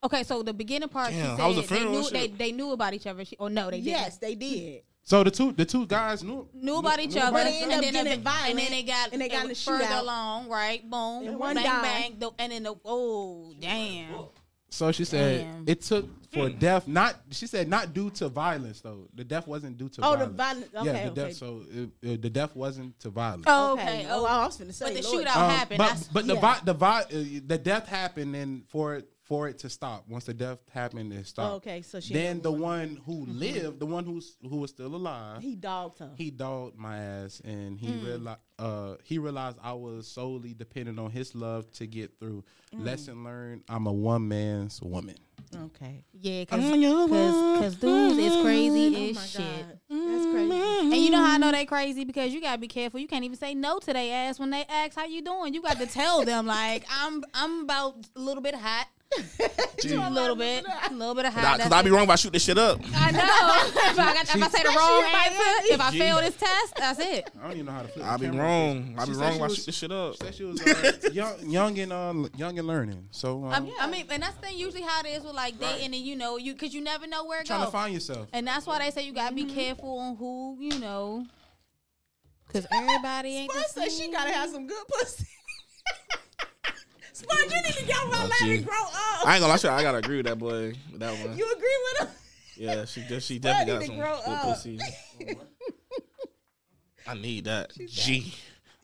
okay. So the beginning part, she
Damn,
said
how was the
they
funeral
knew
and
they,
shit?
they knew about each other. She, or no, they
Yes, they did.
So the two the two guys knew
didn't. Knew about each
knew
other,
about each
and,
other.
then
Ended up
they-
getting violent,
and then they got
and they got in a
further
shootout.
along, right? Boom,
And one
bang,
died.
bang, the, and then the oh damn,
So she said
Damn.
it took for death. Not she said not due to violence though. The death wasn't due to
Oh, the
violence.
violence. Okay,
yeah, the
okay.
death. So it, it- the death wasn't to violence.
Oh, okay.
Oh,
Oh,
I was finna say.
but the
Lord.
shootout
Um,
happened.
But,
That's-
but the
yeah.
vi- the vi- uh, the death happened, and for it for it to stop, once the death happened, it stopped.
Oh, okay, so she
then
knew
the one who lived, the one who's who was still alive,
He Mm. dogged him.
he dogged my ass, and he realized uh, he realized I was solely dependent on his love to get through.
Mm.
Lesson learned: I'm a one man's woman.
okay.
yeah, because dudes is crazy as shit.
Oh
Mm-hmm.
That's crazy.
And you know how I know they crazy because you gotta be careful. You can't even say no to they ass when they ask how you doing. You got to tell them like I'm I'm about a little bit hot, a little bit, a little bit of hot.
Because
That's
I'd be wrong if I shoot this shit up.
it. I know. if, I got, if I say the wrong answer, if I fail this test, that's it.
I don't even know how to flip.
I'd be
the camera.
wrong. I'd
She
be
said
wrong
she
if I
was-
shoot this shit up.
Said she was uh, young, young and uh, young and learning. So um,
I,
Oh.
I mean, and that's the thing usually how it is with like dating, and you know, you because you never know where it
trying
goes.
to find yourself.
and that's why they say you gotta be careful on who you know, because everybody ain't. the
Sponge said she
same.
gotta have some good pussy. Sponge, you need to get my
Oh,
life
gee.
and grow up.
I ain't gonna lie, to you, I gotta agree with that boy. with That one.
you agree with him?
Yeah, she just she
I
definitely
need
got
to
some
grow
good
up.
pussy. I need that. G.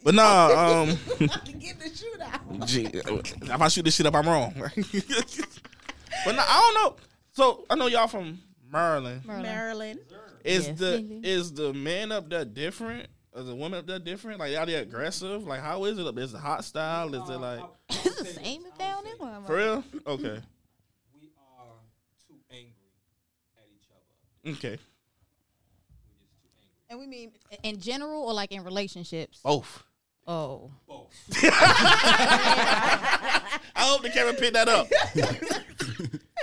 But nah, um
to get the shootout.
G if I shoot this shit up, I'm wrong. but nah, I don't know. So I know y'all from Maryland.
Merlin.
Maryland.
Is
Yeah.
the is the man up there different? Is the woman up there different? Like y'all they aggressive? Like how is it up there? Is it hot style? Is it like
It's the same as down there. Mama.
for real? Okay.
We are too angry at each other.
Okay.
We're just too angry.
And we mean in general or like in relationships?
Both.
Oh.
Both.
I hope the camera picked that up.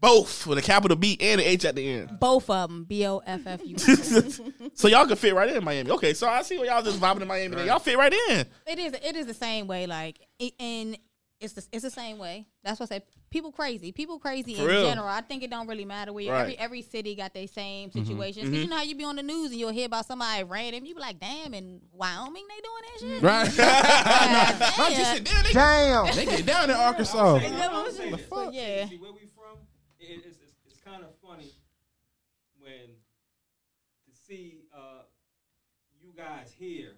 Both with a capital B and an H at the end.
Both of them. B O F F U.
so y'all can fit right in Miami. Okay, so I see where y'all just vibing in Miami. Y'all fit right in.
It is it is the same way like i- and it's the, it's the same way. That's what I say. People crazy. People crazy
For
in
real.
general. I think it don't really matter where you
Right. Mm-hmm.
every every city got their same situations. 'Cause You know how you be on the news and you'll hear about somebody random. You be like, damn, in Wyoming they doing that shit.
Right,
God
Bro, you
damn.
should- damn, they-
they get down in Arkansas.
Hey,
what
I'm
I'm
saying
saying.
this.
Fuck yeah.
See, where we from, it, it's, it's, it's kind of funny when to see uh, you guys here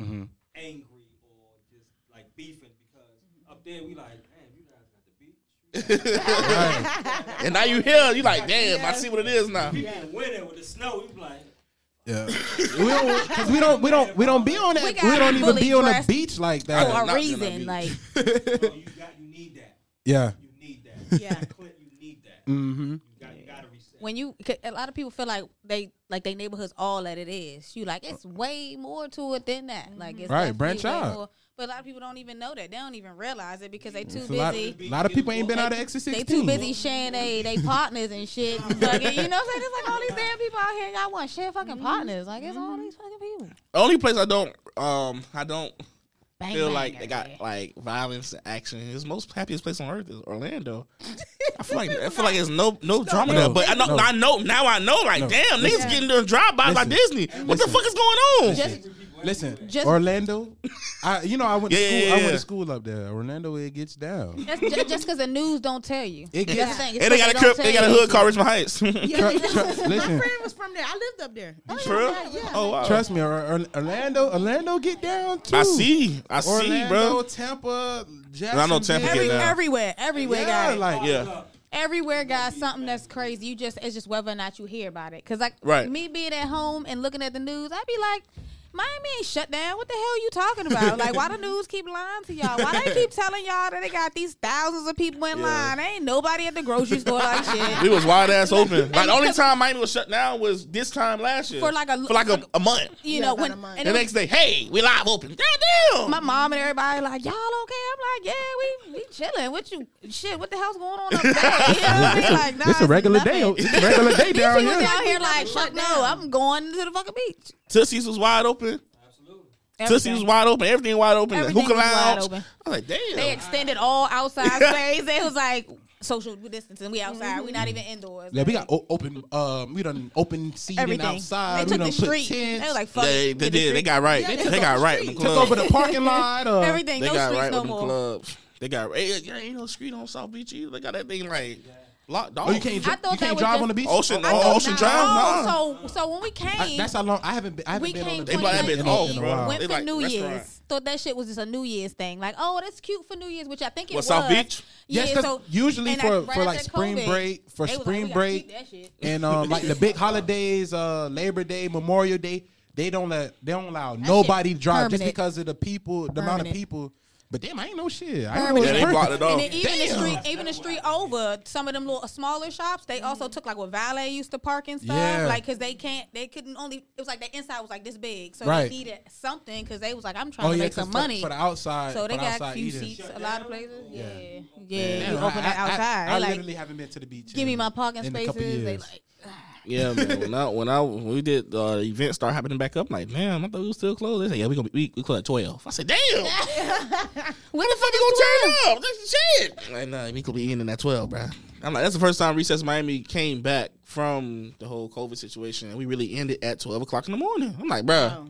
Mhm.
angry or just like beefing because
Mm-hmm.
up there we like, damn, you guys got the beach. You guys-
Right.
And now you here, you like, damn, I see what it is now.
We been winter with the snow. We be like,
Yeah, we don't, cause we don't, we don't, we don't be on that.
We
We,
got
don't even
fully
be on a
dressed. Oh,
beach like
did
that.
not
For a
do
reason,
nothing.
like
no, "Oh, you got, you need that.
Yeah.
You need that.
Yeah.
Clint, you need that.
Mm-hmm.
You got, you got to reset.
when you 'cause a lot of people feel like they like their neighborhood's all that it is. You like it's way more to it than that. Like it's
Right,
definitely
branch
way
out.
more. But a lot of people don't even know that. They don't even realize it because they too
A lot,
busy.
lot of people ain't been out of Exit
They
16.
too busy sharing they they partners and shit. Like, you know what I'm saying? It's like all these damn people out here y'all want to share
Mm-hmm.
fucking partners. Like it's all these fucking people.
The only place I don't, um, I don't
Bang,
feel
bang
like they
everywhere.
got like violence and action. It's most happiest place on earth is Orlando. I feel like I feel like there's no no drama there. But I know
no.
I know now I know like damn niggas getting their drive by by
Listen.
Disney. What the fuck is going on?
just
Listen,
Just-
Orlando, I, you know, I went, to
Yeah,
school,
yeah,
I
yeah.
went to school up there. Orlando, it gets down.
that's ju- just because the news don't tell you.
It
That's
gets-
the thing. It's
and they
'cause
got a
don't
crib,
tell
they got a
you.
hood called Richmond Heights. For
Tru- tru-
My
listen,
friend was from there. I lived up there.
real?
yeah.
Oh wow.
trust me, Or- Or- Orlando, Orlando get down too.
I see, I see,
Orlando,
bro.
Tampa, Jacksonville.
I know Tampa get
Every,
down.
everywhere, everywhere,
Yeah,
guys.
like
Yeah,
everywhere got something that's crazy. You just it's just whether or not you hear about it. Cause like
Right.
me being at home and looking at the news, I'd be like, Miami ain't shut down. What the hell you talking about? like why the news keep lying to y'all? Why they keep telling y'all that they got these thousands of people in
Yeah.
line? Ain't nobody at the grocery store like
we
shit.
was wide ass open. Like the only time Miami was shut down was this time last year
For like a-
for like a, a month.
You
Yeah,
know
about
when
a month.
and
The
it was-
next day, hey, we live open. Goddamn.
my mom and everybody like y'all okay. I'm like yeah, we we chilling. What you shit? What the hell's going on up there? You know what I mean? Like, nah,
It's a regular day.
nothing.
It's a regular day
These
down
people
here.
down here like fuck no. I'm going to the fucking beach.
Tussies was wide open.
Absolutely.
Tussies was wide open. Everything wide open.
Everything
the hookah
was wide
lounge.
open.
I was like, damn.
They extended all outside space. It was like social distancing. We outside. We not even indoors.
Mm-hmm. Yeah, we got o- open. Um, we done open seating
everything
outside.
They
we
took
done
the
put
street. They
tents.
was like fuck.
they,
it.
they
Get the
did. They
street.
got right.
they
they,
took
got
the
right.
street.
in the
took
club.
over the parking lot. Uh,
everything.
They
no
got
streets
right
no
on the
more.
clubs. They got eh, eh, yeah, ain't no street on South Beach either. They got that thing like Locked dog.
Oh, you can't.
I
Dri-
thought
you
that
can't
was
drive
just-
on the beach.
Ocean,
I thought-
Ocean Drive.
no,
Nah.
So so when we came,
I, that's how long I haven't been. I haven't
we
been on
came
the
They black
beach
been
in
2019.
off,
a
bro.
while.
Went
They
for
like
New
restaurant.
Year's. Thought that shit was just a New Year's thing. Like, oh, that's cute for New Year's, which I think it
What,
was.
South Beach?
Yes,
yeah,
'cause
so
usually
and
for-
like, right
for, like,
after
spring
COVID,
break- for
they was
spring
like, "Oh, we gotta
break,
keep that shit.
and um, like the big holidays, uh, Labor Day, Memorial Day, they don't let they don't allow
shit
nobody to drive just
permanent.
because of the people, the amount of
Permanent.
people. But damn, I ain't no shit. I ain't
Permanent.
know
Yeah,
it's
they blocked it
permanent.
off.
And then even the
Oh, Damn.
street, even the street over, some of them little uh, smaller shops, they also took like what valet used to park and stuff,
Yeah.
like because they can't, they couldn't only. It was like the inside was like this big, so
Right.
they needed something because they was like, I'm trying
Oh
to
yeah,
make
'cause
some
for-
money.
for the outside.
so they
for the
got a
outside
few
eating.
seats,
Shut
a lot of
down?
places. Yeah, yeah.
Damn,
you
I-
open it
I- I-
outside.
I,
they like,
literally haven't been to the beach.
give me
in-
my parking
in a couple
spaces. They
years.
like,
Yeah, man. When I when I when we did uh, the event start happening back up, I'm like, man, I thought we was still closed. They said, yeah, we gonna be, we, we close at twelve. I said, damn, when the
when the
fuck we gonna turn up? This is shit. And uh, we could be ending at twelve, bro. I'm like, that's the first time Recess Miami came back from the whole COVID situation, and we really ended at twelve o'clock in the morning. I'm like, bro,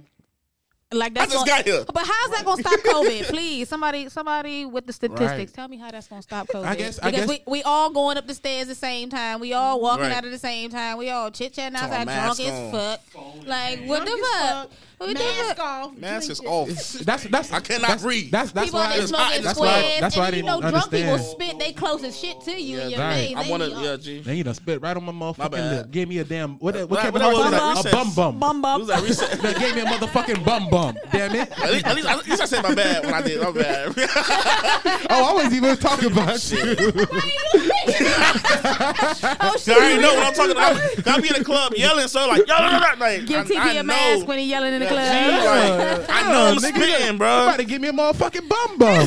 Oh, Like that's
just
gonna-
got here.
But how's that gonna stop COVID? Please, somebody, somebody with the statistics,
Right.
tell me how that's gonna stop COVID.
I guess- I
because
guess-
we, we all going up the stairs the same time. We all walking
Right.
out at the same time. We all chit chatting
Talking
outside,
mask
drunk as
on.
fuck. Like what
Drunk
the
as
fuck?
fuck,
What the
Mask
fuck?
off.
mask is
drink it.
off.
That's that's
I cannot
that's,
breathe.
That's that's
People out
why.
there
it's hot
smoking
and that's
why-
squares.
that's why I
and you
didn't
know, drunk people
understand.
spit they closest shit to you in your
right.
face.
I
They
wanna,
be all-
yeah, G.
Then you done spit right on my motherfucking
bad.
lip. Gave me a damn what? that- What
What- what-
Kevin Hart
what
said?
was
A
that
bum
recess?
bum.
Bum bum.
It was at Recess.
That gave me a motherfucking bum bum. Damn it!
At least, at, least, at least I said my bad when I did. My bad.
Oh, I wasn't even talking about you.
Oh
I already
shit!
know what I'm talking about. I'll be in the club yelling, so like, yo, yo, yo, yo, like,
Give
I, I
TP a
know.
mask when he yelling in the
G,
club.
like, I know I'm spitting, bro.
About to give me a motherfucking bum bum.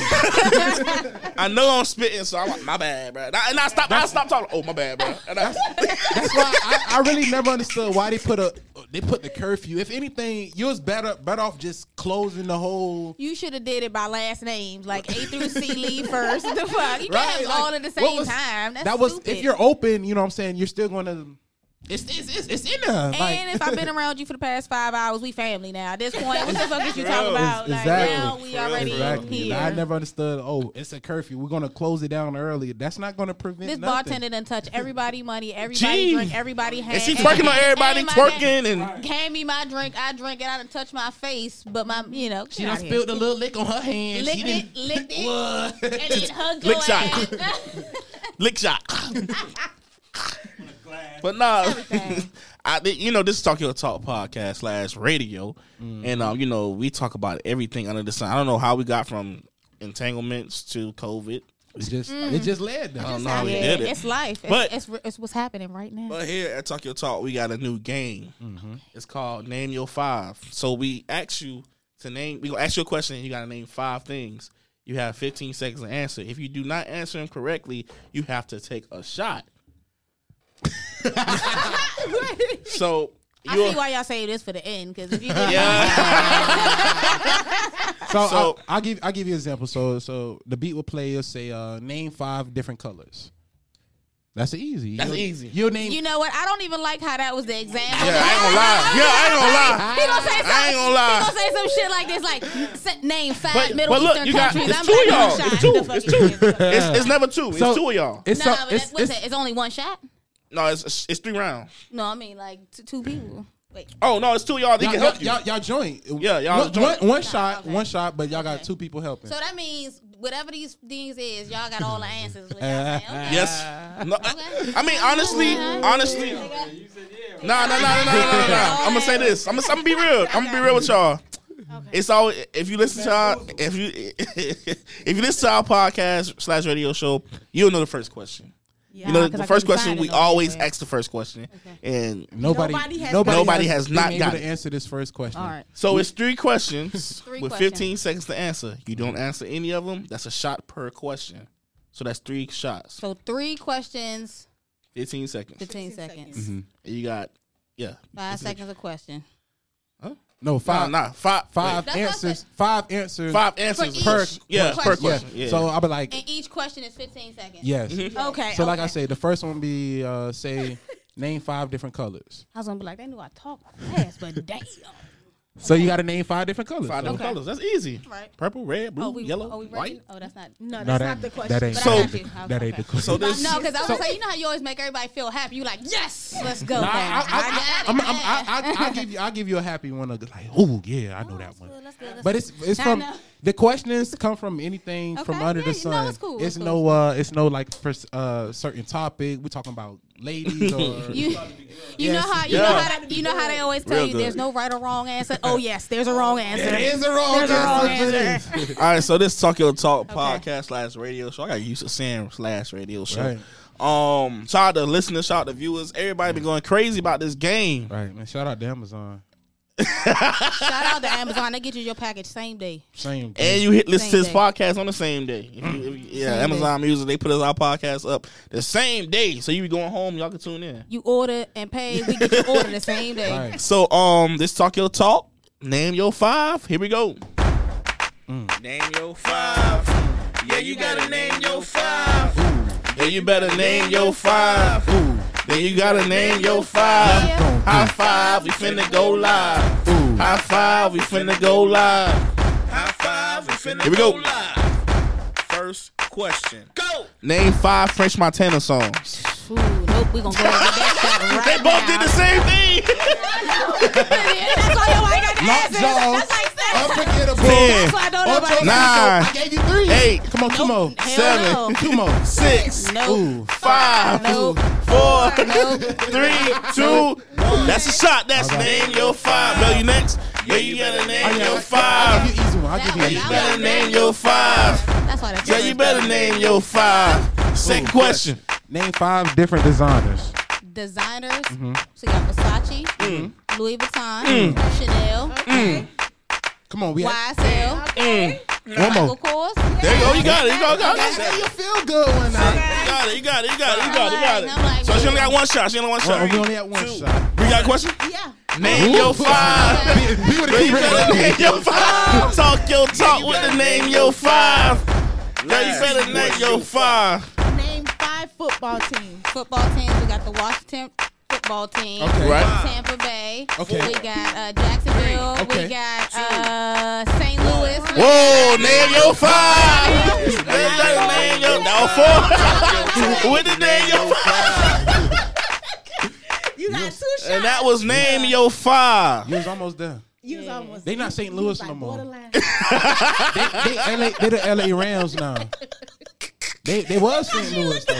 I know I'm spitting, so I'm like, my bad, bro. And I, and I stop, I stop talking. Oh, my bad, bro. And I,
That's why I, I really never understood why they put a they put the curfew. If anything, you was better better off just closing the whole.
You should have did it by last names, like A through C leave first. The fuck, you can't have
Right,
it
like,
all at the
what
same
was-
time. That's
that was
stupid.
if you're open. You know what I'm saying. You're still going to. It's it's it's, it's in there.
and if I've been around you for the past five hours, we family now. At this point, what the fuck is you talking about? Like
Exactly.
now, we already
Exactly.
here.
I never understood. Oh, it's a curfew. We're gonna close it down early. That's not gonna prevent
this
nothing.
bartender done touch everybody money, everybody
Gee.
drink, everybody hand.
and she twerking on everybody, twerking, and
Hand me my drink, I drink it. I done touch my face, but my, you know,
She
get
done
out here.
spilled a little lick on her hand.
Licked
she
it,
didn't.
licked it,
What?
and then hugged your
Lick shot.
ass.
lick shot.
on a glass.
But nah,
Everything.
I thi- you know this is Tokyo Talk podcast slash radio, and um, you know we talk about everything under the sun. I don't know how we got from entanglements to COVID,
It just
Mm.
it just led.
I
Though.
don't know how we
Oh, Yeah,
did it.
It's life. It's,
But-
it's, it's what's happening right now.
But here at Tokyo Talk, we got a new game.
Mm-hmm.
It's called Name Your Five. So we ask you to name. We gonna ask you a question. and You gotta name five things. You have 15 seconds to answer. If you do not answer them correctly, you have to take a shot. so
I
you'll-
see why y'all say this for the end because if you did,
yeah.
So,
So-
I'll, I'll give I'll give you an example. So so the beat will play. You'll say uh, name five different colors. That's easy.
That's
You'll-
easy.
You'll name.
you know what? I don't even like how that was the example.
Yeah, I ain't gonna lie. Yeah, I ain't gonna lie.
He gonna say
I ain't gonna lie.
something. He gonna say some shit like this, like s- name five
But-
Middle
but look,
Eastern
you got-
countries.
it's
I'm
two
like,
y'all.
shut
It's
the
two.
fuck
It's
you kidding.
it's, it's never two. It's
So-
two of y'all.
It's,
Nah,
so-
but that's,
it's,
what's
it's-
that? It's only one shot.
No, it's, it's it's three rounds.
No, I mean like t- two people. Wait,
Oh no, it's two of y'all. They
y'all,
can
y'all,
help you.
y'all, y'all joint.
Yeah, y'all
one,
joint.
One, one shot,
okay.
one shot, but y'all got
Okay.
two people helping.
so that means whatever these things is, y'all got all the answers. Which I say, okay.
Yes. No,
Okay.
I mean, honestly,
Okay.
honestly.
Yeah, you said yeah. right?
Nah, nah, nah, nah, nah, nah, nah. I'm gonna say this. I'm gonna, I'm gonna be real. I'm gonna be real with y'all. It's always if you listen to our if you if you listen to our podcast slash radio show, you'll know the first question.
Yeah,
you know
'cause
the
I
first
couldn't
question.
find it
We
nowhere.
always ask the first question, and
Nobody,
Nobody has
Nobody has not
been
got
able
it.
to answer this first question.
All right.
so it's three questions
Three
with
questions.
15 seconds to answer. You don't answer any of them. That's a shot per question. So that's three shots.
So three questions,
15 seconds.
fifteen seconds.
You got yeah.
Five seconds a question.
No,
Nah,
five,
nah. Five.
five
That's what I
answers,
said.
five answers
Five answers
each
per
question.
yeah per
question.
question. Yeah.
Yeah. So I'll be like,
And each question is 15 seconds.
yes.
Okay.
So like I
okay.
said, the first one be uh, say name five different colors.
I was gonna be like, they knew I talked fast, but damn.
So you got to name five different colors.
Five
So-
different colors.
Okay.
That's easy.
Right.
Purple, red, blue,
oh, we,
yellow,
oh, we ready?
white.
Oh, that's not.
No, that's
No,
not the question.
That ain't,
But
So-
I got you.
that
Okay.
ain't the question.
So
No,
this.
because I was
so-
gonna say, you know how you always make everybody feel happy. You like, yes, let's go.
Nah,
now.
I, I, I, I'm, I'm, I, I, I give you, I give you a happy one. Of, like, oh yeah, I know that one.
Let's go.
But it's it's
I
from
know.
the questions come from anything from
Okay,
under
yeah,
the
you know,
sun.
it's cool, it's cool.
no uh, it's no like pers- uh certain topic. We're talking about ladies or
You, you know
Yes.
how you know
Yeah.
how they- you know how they always tell
Real
you
good.
there's no right or wrong answer. Oh yes, there's a wrong answer.
it is a wrong
There's a wrong
answer. for this.
All right, so this Talk Your Talk
Okay.
podcast slash radio show. I got used to saying slash radio show.
Right.
Um, shout out to listeners, shout out to viewers. Everybody been going crazy about this game.
Right, man. Shout out to Amazon.
Shout out to Amazon. They get you your package same day.
Same.
And
thing.
you hit listen to
Same
this
day.
podcast on the same day. If you, if you- yeah,
Same
Amazon Music they put us our podcast up the same day, so you be going home, y'all can tune in.
You order and pay. We get your order the same day.
Right.
So um, this Talk Your Talk. Name your five. Here we go. Mm. Name your five. Yeah, you gotta name your five. Yeah, you better name your five. Then you gotta name your five.
Yeah.
High five, we finna go live. High five, we finna go live. High five, we finna Here we go. live. First question. Go. Name five French Montana songs.
Ooh, nope. We gonna go ahead and get that
They
shot right
both did the same thing.
That's why nobody got the
Lockjaw.
answers. That's like sex.
Unforgettable.
Ten,
That's why I don't
Ocho,
nobody.
nine,
I gave you three.
eight,
Come on, two more.
Hell
seven,
no.
Two more.
six,
Nope.
five,
Nope.
four,
Nope.
three, two. That's a shot. That's name your five. Bro, you next? Yeah, you gotta name your
I'll
five.
give you easy one. I'll give you
That
easy
You
one,
one.
that
better name your five.
That's why that's
Yeah, you better name your five. Second question.
Name five different designers.
designers.
Uhum.
So you got Versace,
Hum.
Louis Vuitton, Chanel,
Mm. Come on, we have
YSL,
one
Michael
more.
Kors.
There you go. You got it. You got it. You
I
got
said
it.
you feel good one night.
You got it. You got it. You got it. You got it. You got it.
I'm like-
So she only got one shot. She only got one
Well, we
shot.
only had one shot.
We got a question?
Mm.
Yeah.
Name your five.
Be, be with the
You
key
better
ring.
name your five. Talk your talk with the name your five. Girl, you better name your five.
Name five football teams.
Football teams. We got the Washington football team.
Okay.
Right.
Tampa Bay.
Okay.
We got uh, Jacksonville.
Okay.
We got uh, St. Louis. We
Whoa, name your five. You better name your no four. with the name your five.
You got two shots.
And that was name your five.
You was almost there.
you was almost.
They not St. Louis no more.
borderline.
They, they, LA, they the LA Rams now. They they was St. Louis though.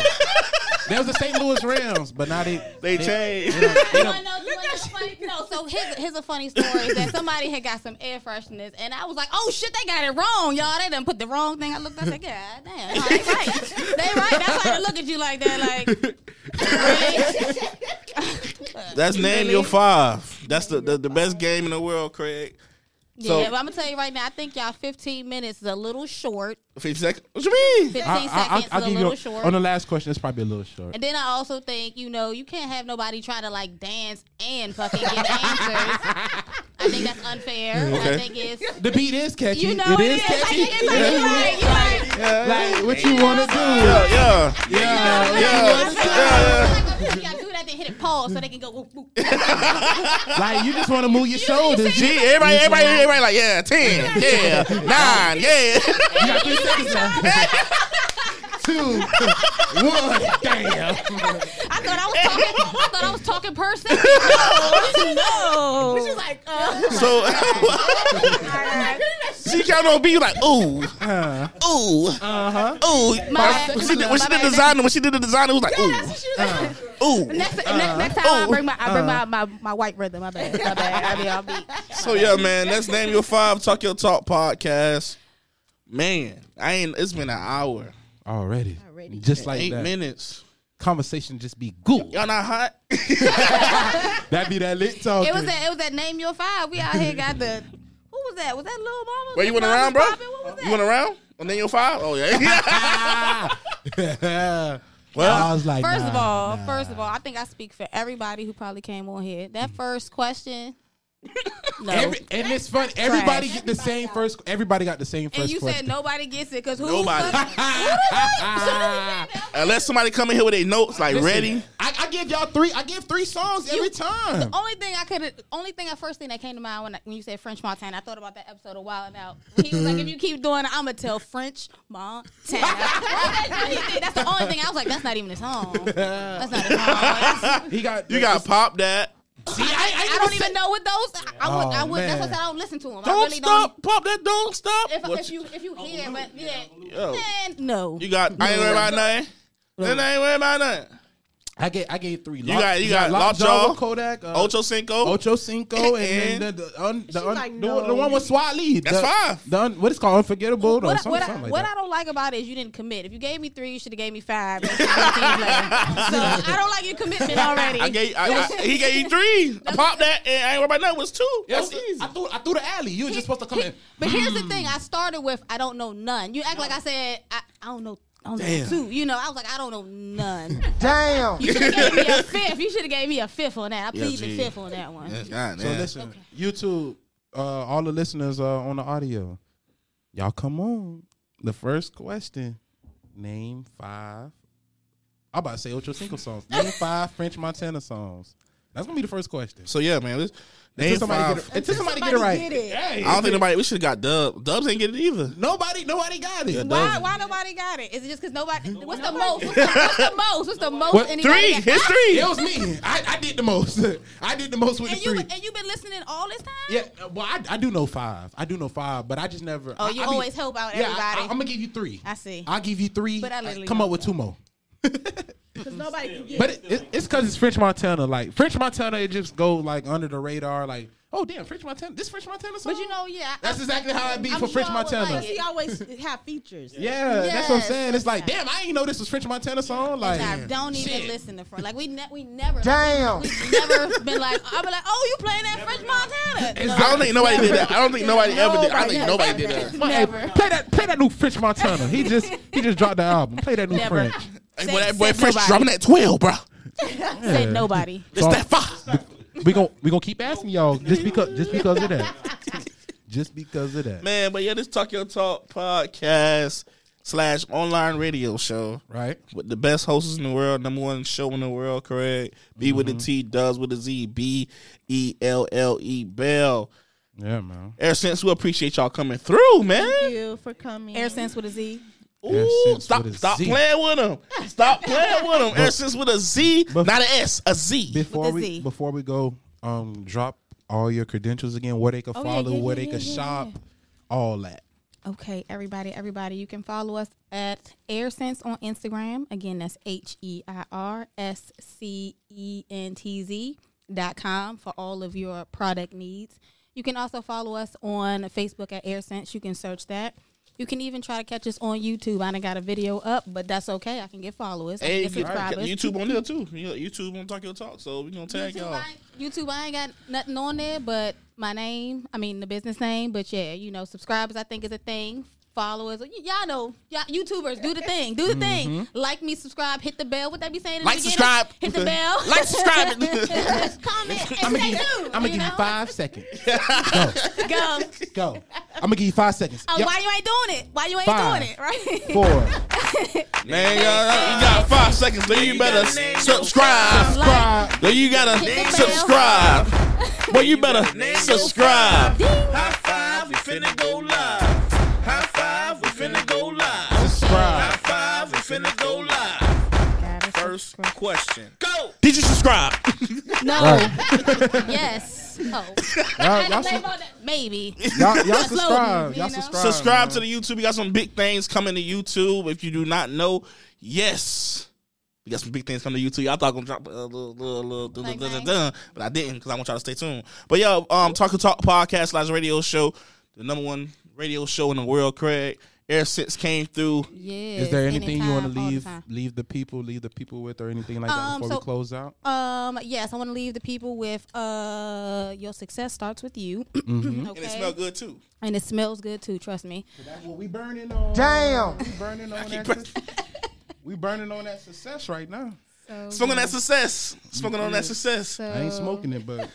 They was the St. Louis Rams, but now they
They changed.
they
You
don't-
wanna know- you wanna know funny- No, so here's, here's a funny story is that somebody had got some air fresheners, and I was like, "Oh shit, they got it wrong, y'all. They done put the wrong thing." I looked, I said, "God damn, no, they right, they right." That's why they look at you like that, like. really?
That's name your five. That's the, the, the best game in the world, Craig. So-
yeah, but I'm gonna tell you right now. I think y'all 15 minutes is a little short.
50 seconds. What you mean?
15
I, I,
seconds
I,
is
will
a
give
little
you
short.
on the last question. It's probably a little short.
and then I also think, you know, you can't have nobody trying to like dance and fucking get answers. I think that's unfair.
Okay.
I think it's
The beat is catchy.
You know
it is catchy.
Yeah,
Like what you wanna do?
yeah, yeah, yeah,
Yeah,
yeah, yeah.
Like you just wanna move your shoulders. You
Gee, everybody, everybody, everybody, like, yeah, 10, yeah, 9, yeah.
got three seconds left. Two, one. Damn.
I thought I was talking. I thought I was talking person. No, no.
She was like, uh,
So she counted on B, you like, ooh,
Uh,
ooh,
uh-huh.
ooh.
My-
When she did, when she did the designer, when she did the designer, it was like, ooh, ooh.
Next, next, next time
Oh.
I bring my I bring
Uh.
my, my, my white brother. My bad. My bad. I mean, I'll be.
So yeah, man, that's Name Your Five, Talk Your Talk podcast. Man, I ain't, it's been an hour,
Already.
Already.
Just like
eight
that.
minutes.
Conversation just be good.
Y'all not hot?
That be that lit talk.
It was that. It was that. Name your five. We out here got the. Who was that? Was that Lil Mama?
Where you went
Lil
around,
Mama's
bro?
popping? What was
You went
that?
around? On Name Your Five? Oh, yeah.
Ah. Well, I was like,
First of
nah,
all,
nah.
first of all, I think I speak for everybody who probably came on here. That first question. No.
Every, and it's fun. Everybody get the same first. Everybody got the same first.
and you
question.
said nobody gets it because who?
Nobody.
Who the fuck-
Ah,
Unless somebody come in here with their notes, like,
listen,
ready.
I, I give y'all three. I give three songs every
You-
time.
Only thing I could, only thing, at first thing that came to mind when, I, when you said French Montana, I thought about that episode of Wild and Out. He was like, "If you keep doing it, I'ma tell French Montana." that's the only thing I was like, "That's not even his song. That's not his song."
He got
You got pop that.
See, I, I,
I don't even know what those. I, I would, I
Oh,
would. That's why
man.
I said I don't listen to him. I
Don't
really
stop. Pop that. Don't stop.
Don't, if,
What oh.
if you if you hear, but yeah,
Yo.
then no.
You got. I ain't worried about nothing. Then I ain't worried about nothing.
I gave I gave three.
You got- you got Lockjaw,
Kodak, uh,
Ocho Cinco.
Ocho Cinco,
And-
and, then the, the, un, the,
She's
un,
like,
the,
no.
the one with Swat Lee.
That's
the,
five.
The un, what is called Unforgettable or
What, I-
something,
what, I,
something like
what
that.
I don't like about it is you didn't commit. If you gave me three, you should have gave me five. so I don't like your commitment already.
I gave. I, I, he gave you three. I popped that, and I ain't worried about nothing. It was two.
Yeah,
That's easy.
I threw I threw the alley. You were just supposed to come
He-
in.
But here's the
Hmm.
thing: I started with I don't know none. You act like I said I, I don't know. I don't know
Damn.
two. You know, I was like I don't know none.
Damn.
You should have gave me a fifth. You should have gave me a fifth on that. I plead the
gee.
fifth on that one.
Yes, God,
So
man.
listen, YouTube, uh, all the listeners uh, on the audio, y'all come on. The first question: Name five. I'm about to say Ocho Cinco songs. Name five French Montana songs. That's gonna be the first question.
So yeah, man. This, name
Until somebody,
five.
get it, until somebody,
somebody
get it right.
get it.
Hey,
I don't think nobody. We should have got Dub. Dubs ain't get it either.
nobody, nobody got it.
Why? Why nobody got it? Is it just because nobody? What's the most? What's the, what's the most? What's the most?
What,
Three.
anybody got?
His
I-
three.
It was me. I, I did the most. I did the most with
And
the
you
three.
and you been listening all this time?
yeah, well, I, I do know five. I do know five, but I just never.
Oh,
I-
you
I be-
always help out
Yeah,
everybody.
I, am gonna give you three.
I see.
I'll give you three.
But I literally
come
know
up with two more.
because nobody can get
But it, it, it's because it's French Montana. Like French Montana, it just go like under the radar. Like, oh damn, French Montana. This French Montana song.
but you know, yeah. I-
that's exactly how it be
I'm
for
sure
French
I would
Montana.
like
She always have features.
yeah, that's what I'm
Yes,
saying. It's like,
yeah.
damn, I didn't know this was French Montana song. Like,
I don't even
shit.
listen to French. Like we ne- we never
Damn.
we never been like I'll be like, oh, you playing that French Montana?
I don't think nobody did that. I don't think nobody ever did. I don't think
Nobody
nobody did that.
Hey,
Never.
play that, play that new French Montana. He just, he just dropped the album. Play that new
Never.
French.
Hey,
Said-
boy, that boy
said
Fresh
nobody.
dropping that twelve, bro.
Said nobody.
It's
So-
that five.
we gon' we gonna keep asking y'all just because just because of that. just because of that.
Man, but yeah, this Talk Your Talk podcast slash online radio show
Right?
with the best hosts in the world, number one show in the world, correct? B with
Mm-hmm.
the T, does with the Z, B E L L E Bell.
Yeah, man.
Ever since we appreciate y'all coming through,
Thank
man.
you for coming.
Air Sense with a Z.
Air
Ooh,
Sense
stop
with a
stop
Z.
playing with them. Stop playing with them. Ever since with a Z,
But-
not an S, a Z.
Before
With a
we
Z.
before we go, um, drop all your credentials again, where they can
Oh, yeah,
follow,
yeah,
where
yeah,
they can
yeah, yeah,
shop, all that.
Okay, everybody, everybody, you can follow us at Air Sense on Instagram. Again, that's H E I R S C E N T Z dot com for all of your product needs. You can also follow us on Facebook at Air Sense. You can search that. You can even try to catch us on YouTube. I done got a video up, but that's okay. I can get followers. I can
Hey,
get subscribers.
YouTube on there too. You got YouTube on Talk Your Talk, so we gonna tag
YouTube,
y'all.
I, YouTube, I ain't got nothing on there but my name. I mean, the business name. But yeah, you know, subscribers I think is a thing. Followers, y- y'all know, y'all, YouTubers do the thing, do the thing.
Mm-hmm.
Like me, subscribe, hit the bell. What they be saying? In
Like,
the beginning?
subscribe.
hit the bell,
Like, subscribe.
comment, and
I'm
stay
gonna give,
tuned.
I'm gonna give you
know?
five seconds. Go,
Go.
go. I'm gonna give you five seconds.
Oh,
Yep.
why you ain't doing it? Why you ain't
Five.
doing it? Right?
Four.
Man, y'all, you got five seconds, then you better subscribe.
Like,
Then you gotta
Hit the bell.
subscribe. Boy, you better subscribe.
High five, we finna go live. High five, we finna go live. High
Subscribe.
five, we finna go live.
First question.
Go!
Did you subscribe?
no.
Right.
Yes. Oh.
Y'all,
And
y'all,
the
su-
label on that- Maybe.
y'all, y'all
Uploading,
subscribe.
you
Y'all
know?
subscribe.
Subscribe
man.
to the YouTube. We got some big things coming to YouTube. If you do not know, yes. We got some big things coming to YouTube. Y'all thought I'm gonna drop a little, little, little, dun, dun,
Like
dun, dun,
mine?
dun, but I didn't because I want y'all to stay tuned. But yo, um, Talk and Talk podcast slash radio show, the number one radio show in the world. Craig, Air Six came through.
Yeah.
Is there anything you want to
anytime, all the
leave
time.
leave the people leave the people with or anything like that
Um,
before
so-
we close out?
Um, yes, I want to leave the people with uh your success starts with you. okay.
Mm-hmm. And it smelled good too.
And it smells good too, trust me.
Well, we burning on.
Damn.
We burning on that.
pressing.
success- we burning on that success right now.
So,
Smoking that success. Smoking on that success.
Uh,
I ain't smoking it, but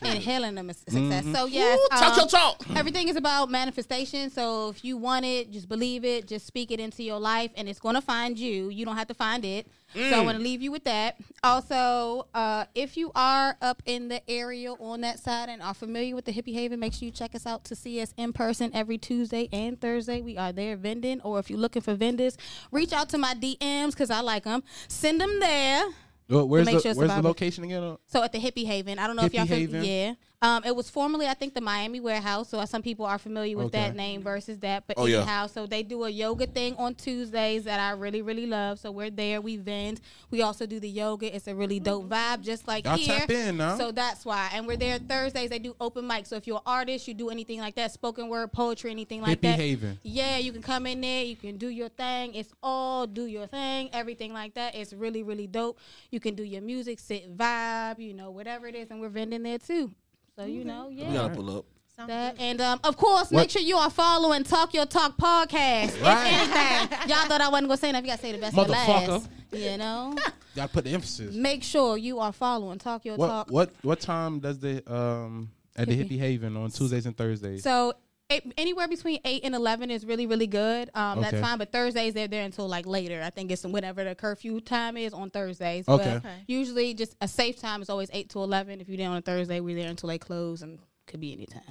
inhaling them is success.
Mm-hmm.
So yes,
Talk
um,
your talk.
everything is about manifestation. So if you want it, just believe it, just speak it into your life, and it's going to find you. You don't have to find it. So I want to leave you with that. Also, uh, if you are up in the area on that side and are familiar with the Hippie Haven, make sure you check us out to see us in person every Tuesday and Thursday. We are there vending, or if you're looking for vendors, reach out to my DMs because I like them. Send them there.
Well, where's
make
the
sure it's
where's the
survival.
location again? Uh,
So at the Hippie Haven, I don't know if
Hippie
y'all
Haven?
familiar. Yeah, um, it was formerly I think the Miami Warehouse. So uh, some people are familiar with
Okay.
that name versus that. But
Oh, yeah.
anyhow, so they do a yoga thing on Tuesdays that I really really love. So we're there. We vend. We also do the yoga. It's a really dope vibe, just like
Mm-hmm. Y'all
here.
tap in now.
So that's why. And we're there Thursdays. They do open mic. So if you're an artist, you do anything like that, spoken word, poetry, anything like
Hippie
that.
Haven.
Yeah, you can come in there. You can do your thing. It's all do your thing, everything like that. It's really, really dope. You can do your music, sit, vibe, you know, whatever it is, and we're vending there too. So you know, yeah.
We gotta pull up.
Sounds
That,
good.
and um, of course,
What-
make sure you are following Talk Your Talk podcast.
Right.
If anything, y'all thought I wasn't gonna say that. You gotta say the best for
Motherfucker.
last. You know,
Y'all put the emphasis.
make sure you are following Talk Your Talk.
What what what time does the um at the
Hippie.
Hippie Haven on Tuesdays and Thursdays?
So eight, anywhere between eight and eleven is really really good. Um,
Okay.
That's fine. But Thursdays they're there until like later. I think it's whenever the curfew time is on Thursdays.
Okay.
But
Okay.
Usually, just a safe time is always eight to eleven. If you're there on a Thursday, we're there until they close and could be any time.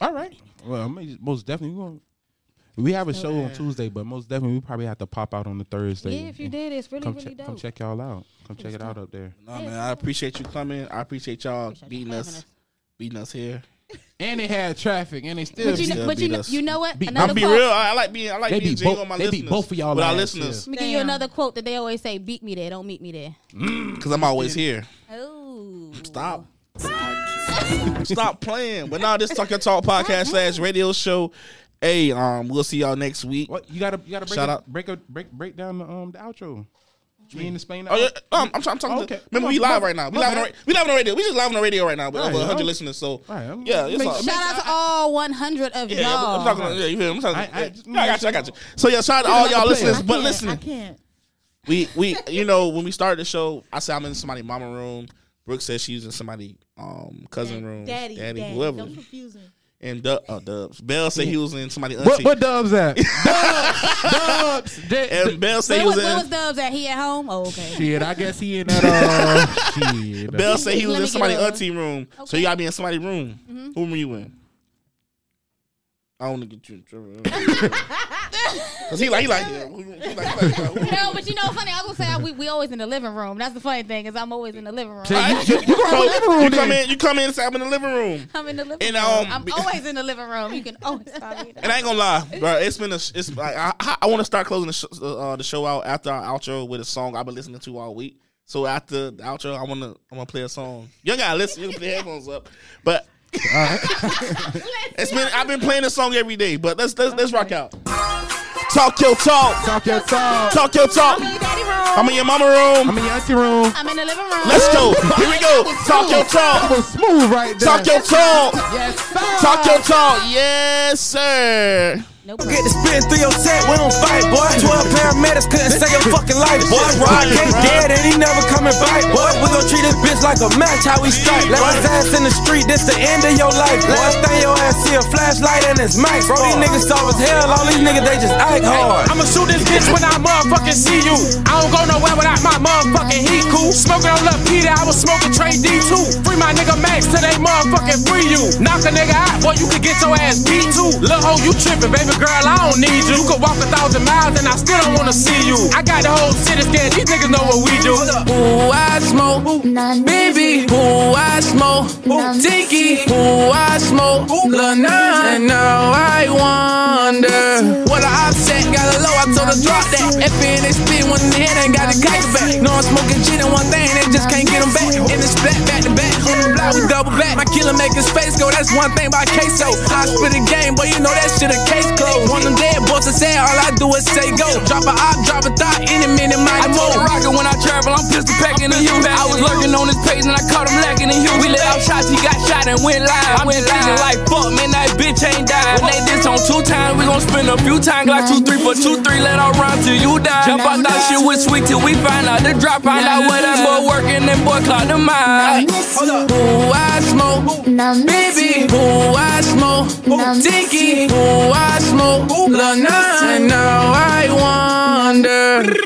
All right. Well, I mean, most definitely we going we have a show on Tuesday, but most definitely we probably have to pop out on the Thursday.
Yeah, if you did, it's really
come
really
check,
dope.
come check y'all out. Come check it out up there.
Nah, man, I appreciate you coming. I appreciate y'all beating us, beating us here.
And they had traffic, and they still
But you
Still
know, but you
beat
know,
us.
you know what?
Beat-
I'm
Another
be
quote-
real. I, I like being. I like
They
being
beat
genuine
both-
on my
they beat
listeners.
both of y'all
with our
ass,
listeners
Let me give you
Damn.
another quote that they always say: "Beat me there, don't meet me there."
because I'm always here.
Oh,
Stop. Stop playing. But now this Talk Your Talk podcast slash radio show. Hey, um, we'll see y'all next week.
What you gotta you gotta break
Shout
a,
out.
break a break break down the um the outro. Me and the Spain.
Oh yeah, um, I'm, trying- I'm talking.
Okay.
To, remember, we live
My-
right now. We
my
live on the,
bad.
ra- we live on the radio. We just live on the radio right now with
Right,
over 100
I'm-
listeners. So
right, I'm-
yeah, it's
make-
all,
Shout out to all 100 of
yeah,
y'all.
I'm, I'm talking. Yeah, you feel me? I'm talking.
I- I
yeah.
just-
Yeah, I got you. I got you. So yeah, shout out to all
like a
y'all
player.
listeners.
I
But
can't, I
listen,
can't.
we we you know when we started the show, I said I'm in somebody's mama room. Brooke says she's in somebody um cousin room,
Daddy, daddy,
whoever.
Don't confuse me.
And Dub, uh, Dubs. Bell said he was in somebody
What
auntie.
what Dubs at? Dubs, Dubs.
and Bell said
Where
he was
was,
in.
where was Dubs at? He at home? Oh, okay.
Shit, I guess he in that uh shit.
Bell said he was
Let
in
me get
somebody
a-
auntie room. So
Okay.
you gotta be in somebody room. Who room you in? I want to get you in trouble. Cause he like he like, yeah, who- he like, he like, he like, who-
No, but you know, funny. I was gonna say we, we always in the living room. That's the funny thing is I'm always in the living room.
Say you-
Alright, so
you go in the living room
You come
then.
in, you come in, say I'm in the living room.
I'm in the living
And,
room.
um,
I'm
be-
always in the living room. You can always find me. there.
And I ain't gonna lie, bro. It's been a. sh- It's like I, I- I want to start closing the, sh- uh, the show out after our outro with a song I've been listening to all week. So after the outro, I wanna I wanna play a song. You gotta listen. You can put the headphones up, but it's been I've been playing this song every day. But let's let's, let's rock out. Talk your talk,
Talk your talk.
talk your talk.
I'm in your daddy room.
I'm in your mama room.
I'm in your auntie room.
I'm in the living room.
Let's go. Here we go. Talk your
That
talk.
was smooth right there.
Talk your talk.
yes, sir.
Talk your talk. Yes, sir.
No
Get
problem.
the spin through your set, we don't fight, boy. 12 paramedics couldn't save your fucking life, boy. Rod
crazy,
came
bro.
dead and he never coming back, boy. We gon' treat this bitch like a match, how we strike. Left his ass in the street, this the end of your life, boy. Last thing your ass see a flashlight and it's mic, bro. These niggas soft as hell, all these niggas, they just act hard. I'ma shoot this bitch when I motherfucking see you. I don't go nowhere without my motherfucking heat, cool. Smoking on Lil Peter, I was smoking Trey D2. Free my nigga Max till they motherfucking free you. Knock a nigga out, boy, you can get your ass beat too. Lil' hoe, you trippin', baby girl, I don't need you. You could walk a thousand miles and I still don't wanna see you. I got the whole city scared, these niggas know what we do. Ooh, I smoke, baby. Ooh, I smoke, Tiki. Ooh, I smoke, Lil' Nas. And now I wonder what I upset, got a low, I told her drop that. If it ain't spit one in the head, ain't got the kite back. No, I'm smoking shit and one thing, they just can't get them back. In the splat, back to back, on the block, we double back. My killer make his face go, that's one thing by queso. I spit a game, but you know that shit a case closed. One of them dead boys that said, all I do is say go. Drop a op, drop a thought, any minute, my I told Rocket when I travel, I'm pistol packing the human. I was lurking on his page and I caught him lacking in human. We let off shots, he got shot and went live. I'm just thinking like, fuck, man, that bitch ain't died. When they diss on two times, we gon' spin a few times, like two, three for two three, let her rhyme till you die. Jump out that shit was sweet till we find out the drop. Find out where that boy working and boy clock the mind. Hold up. Ooh, I smoke. Baby, ooh, I smoke. Tiki, ooh, I smoke. Lil' Nas, and now I wonder.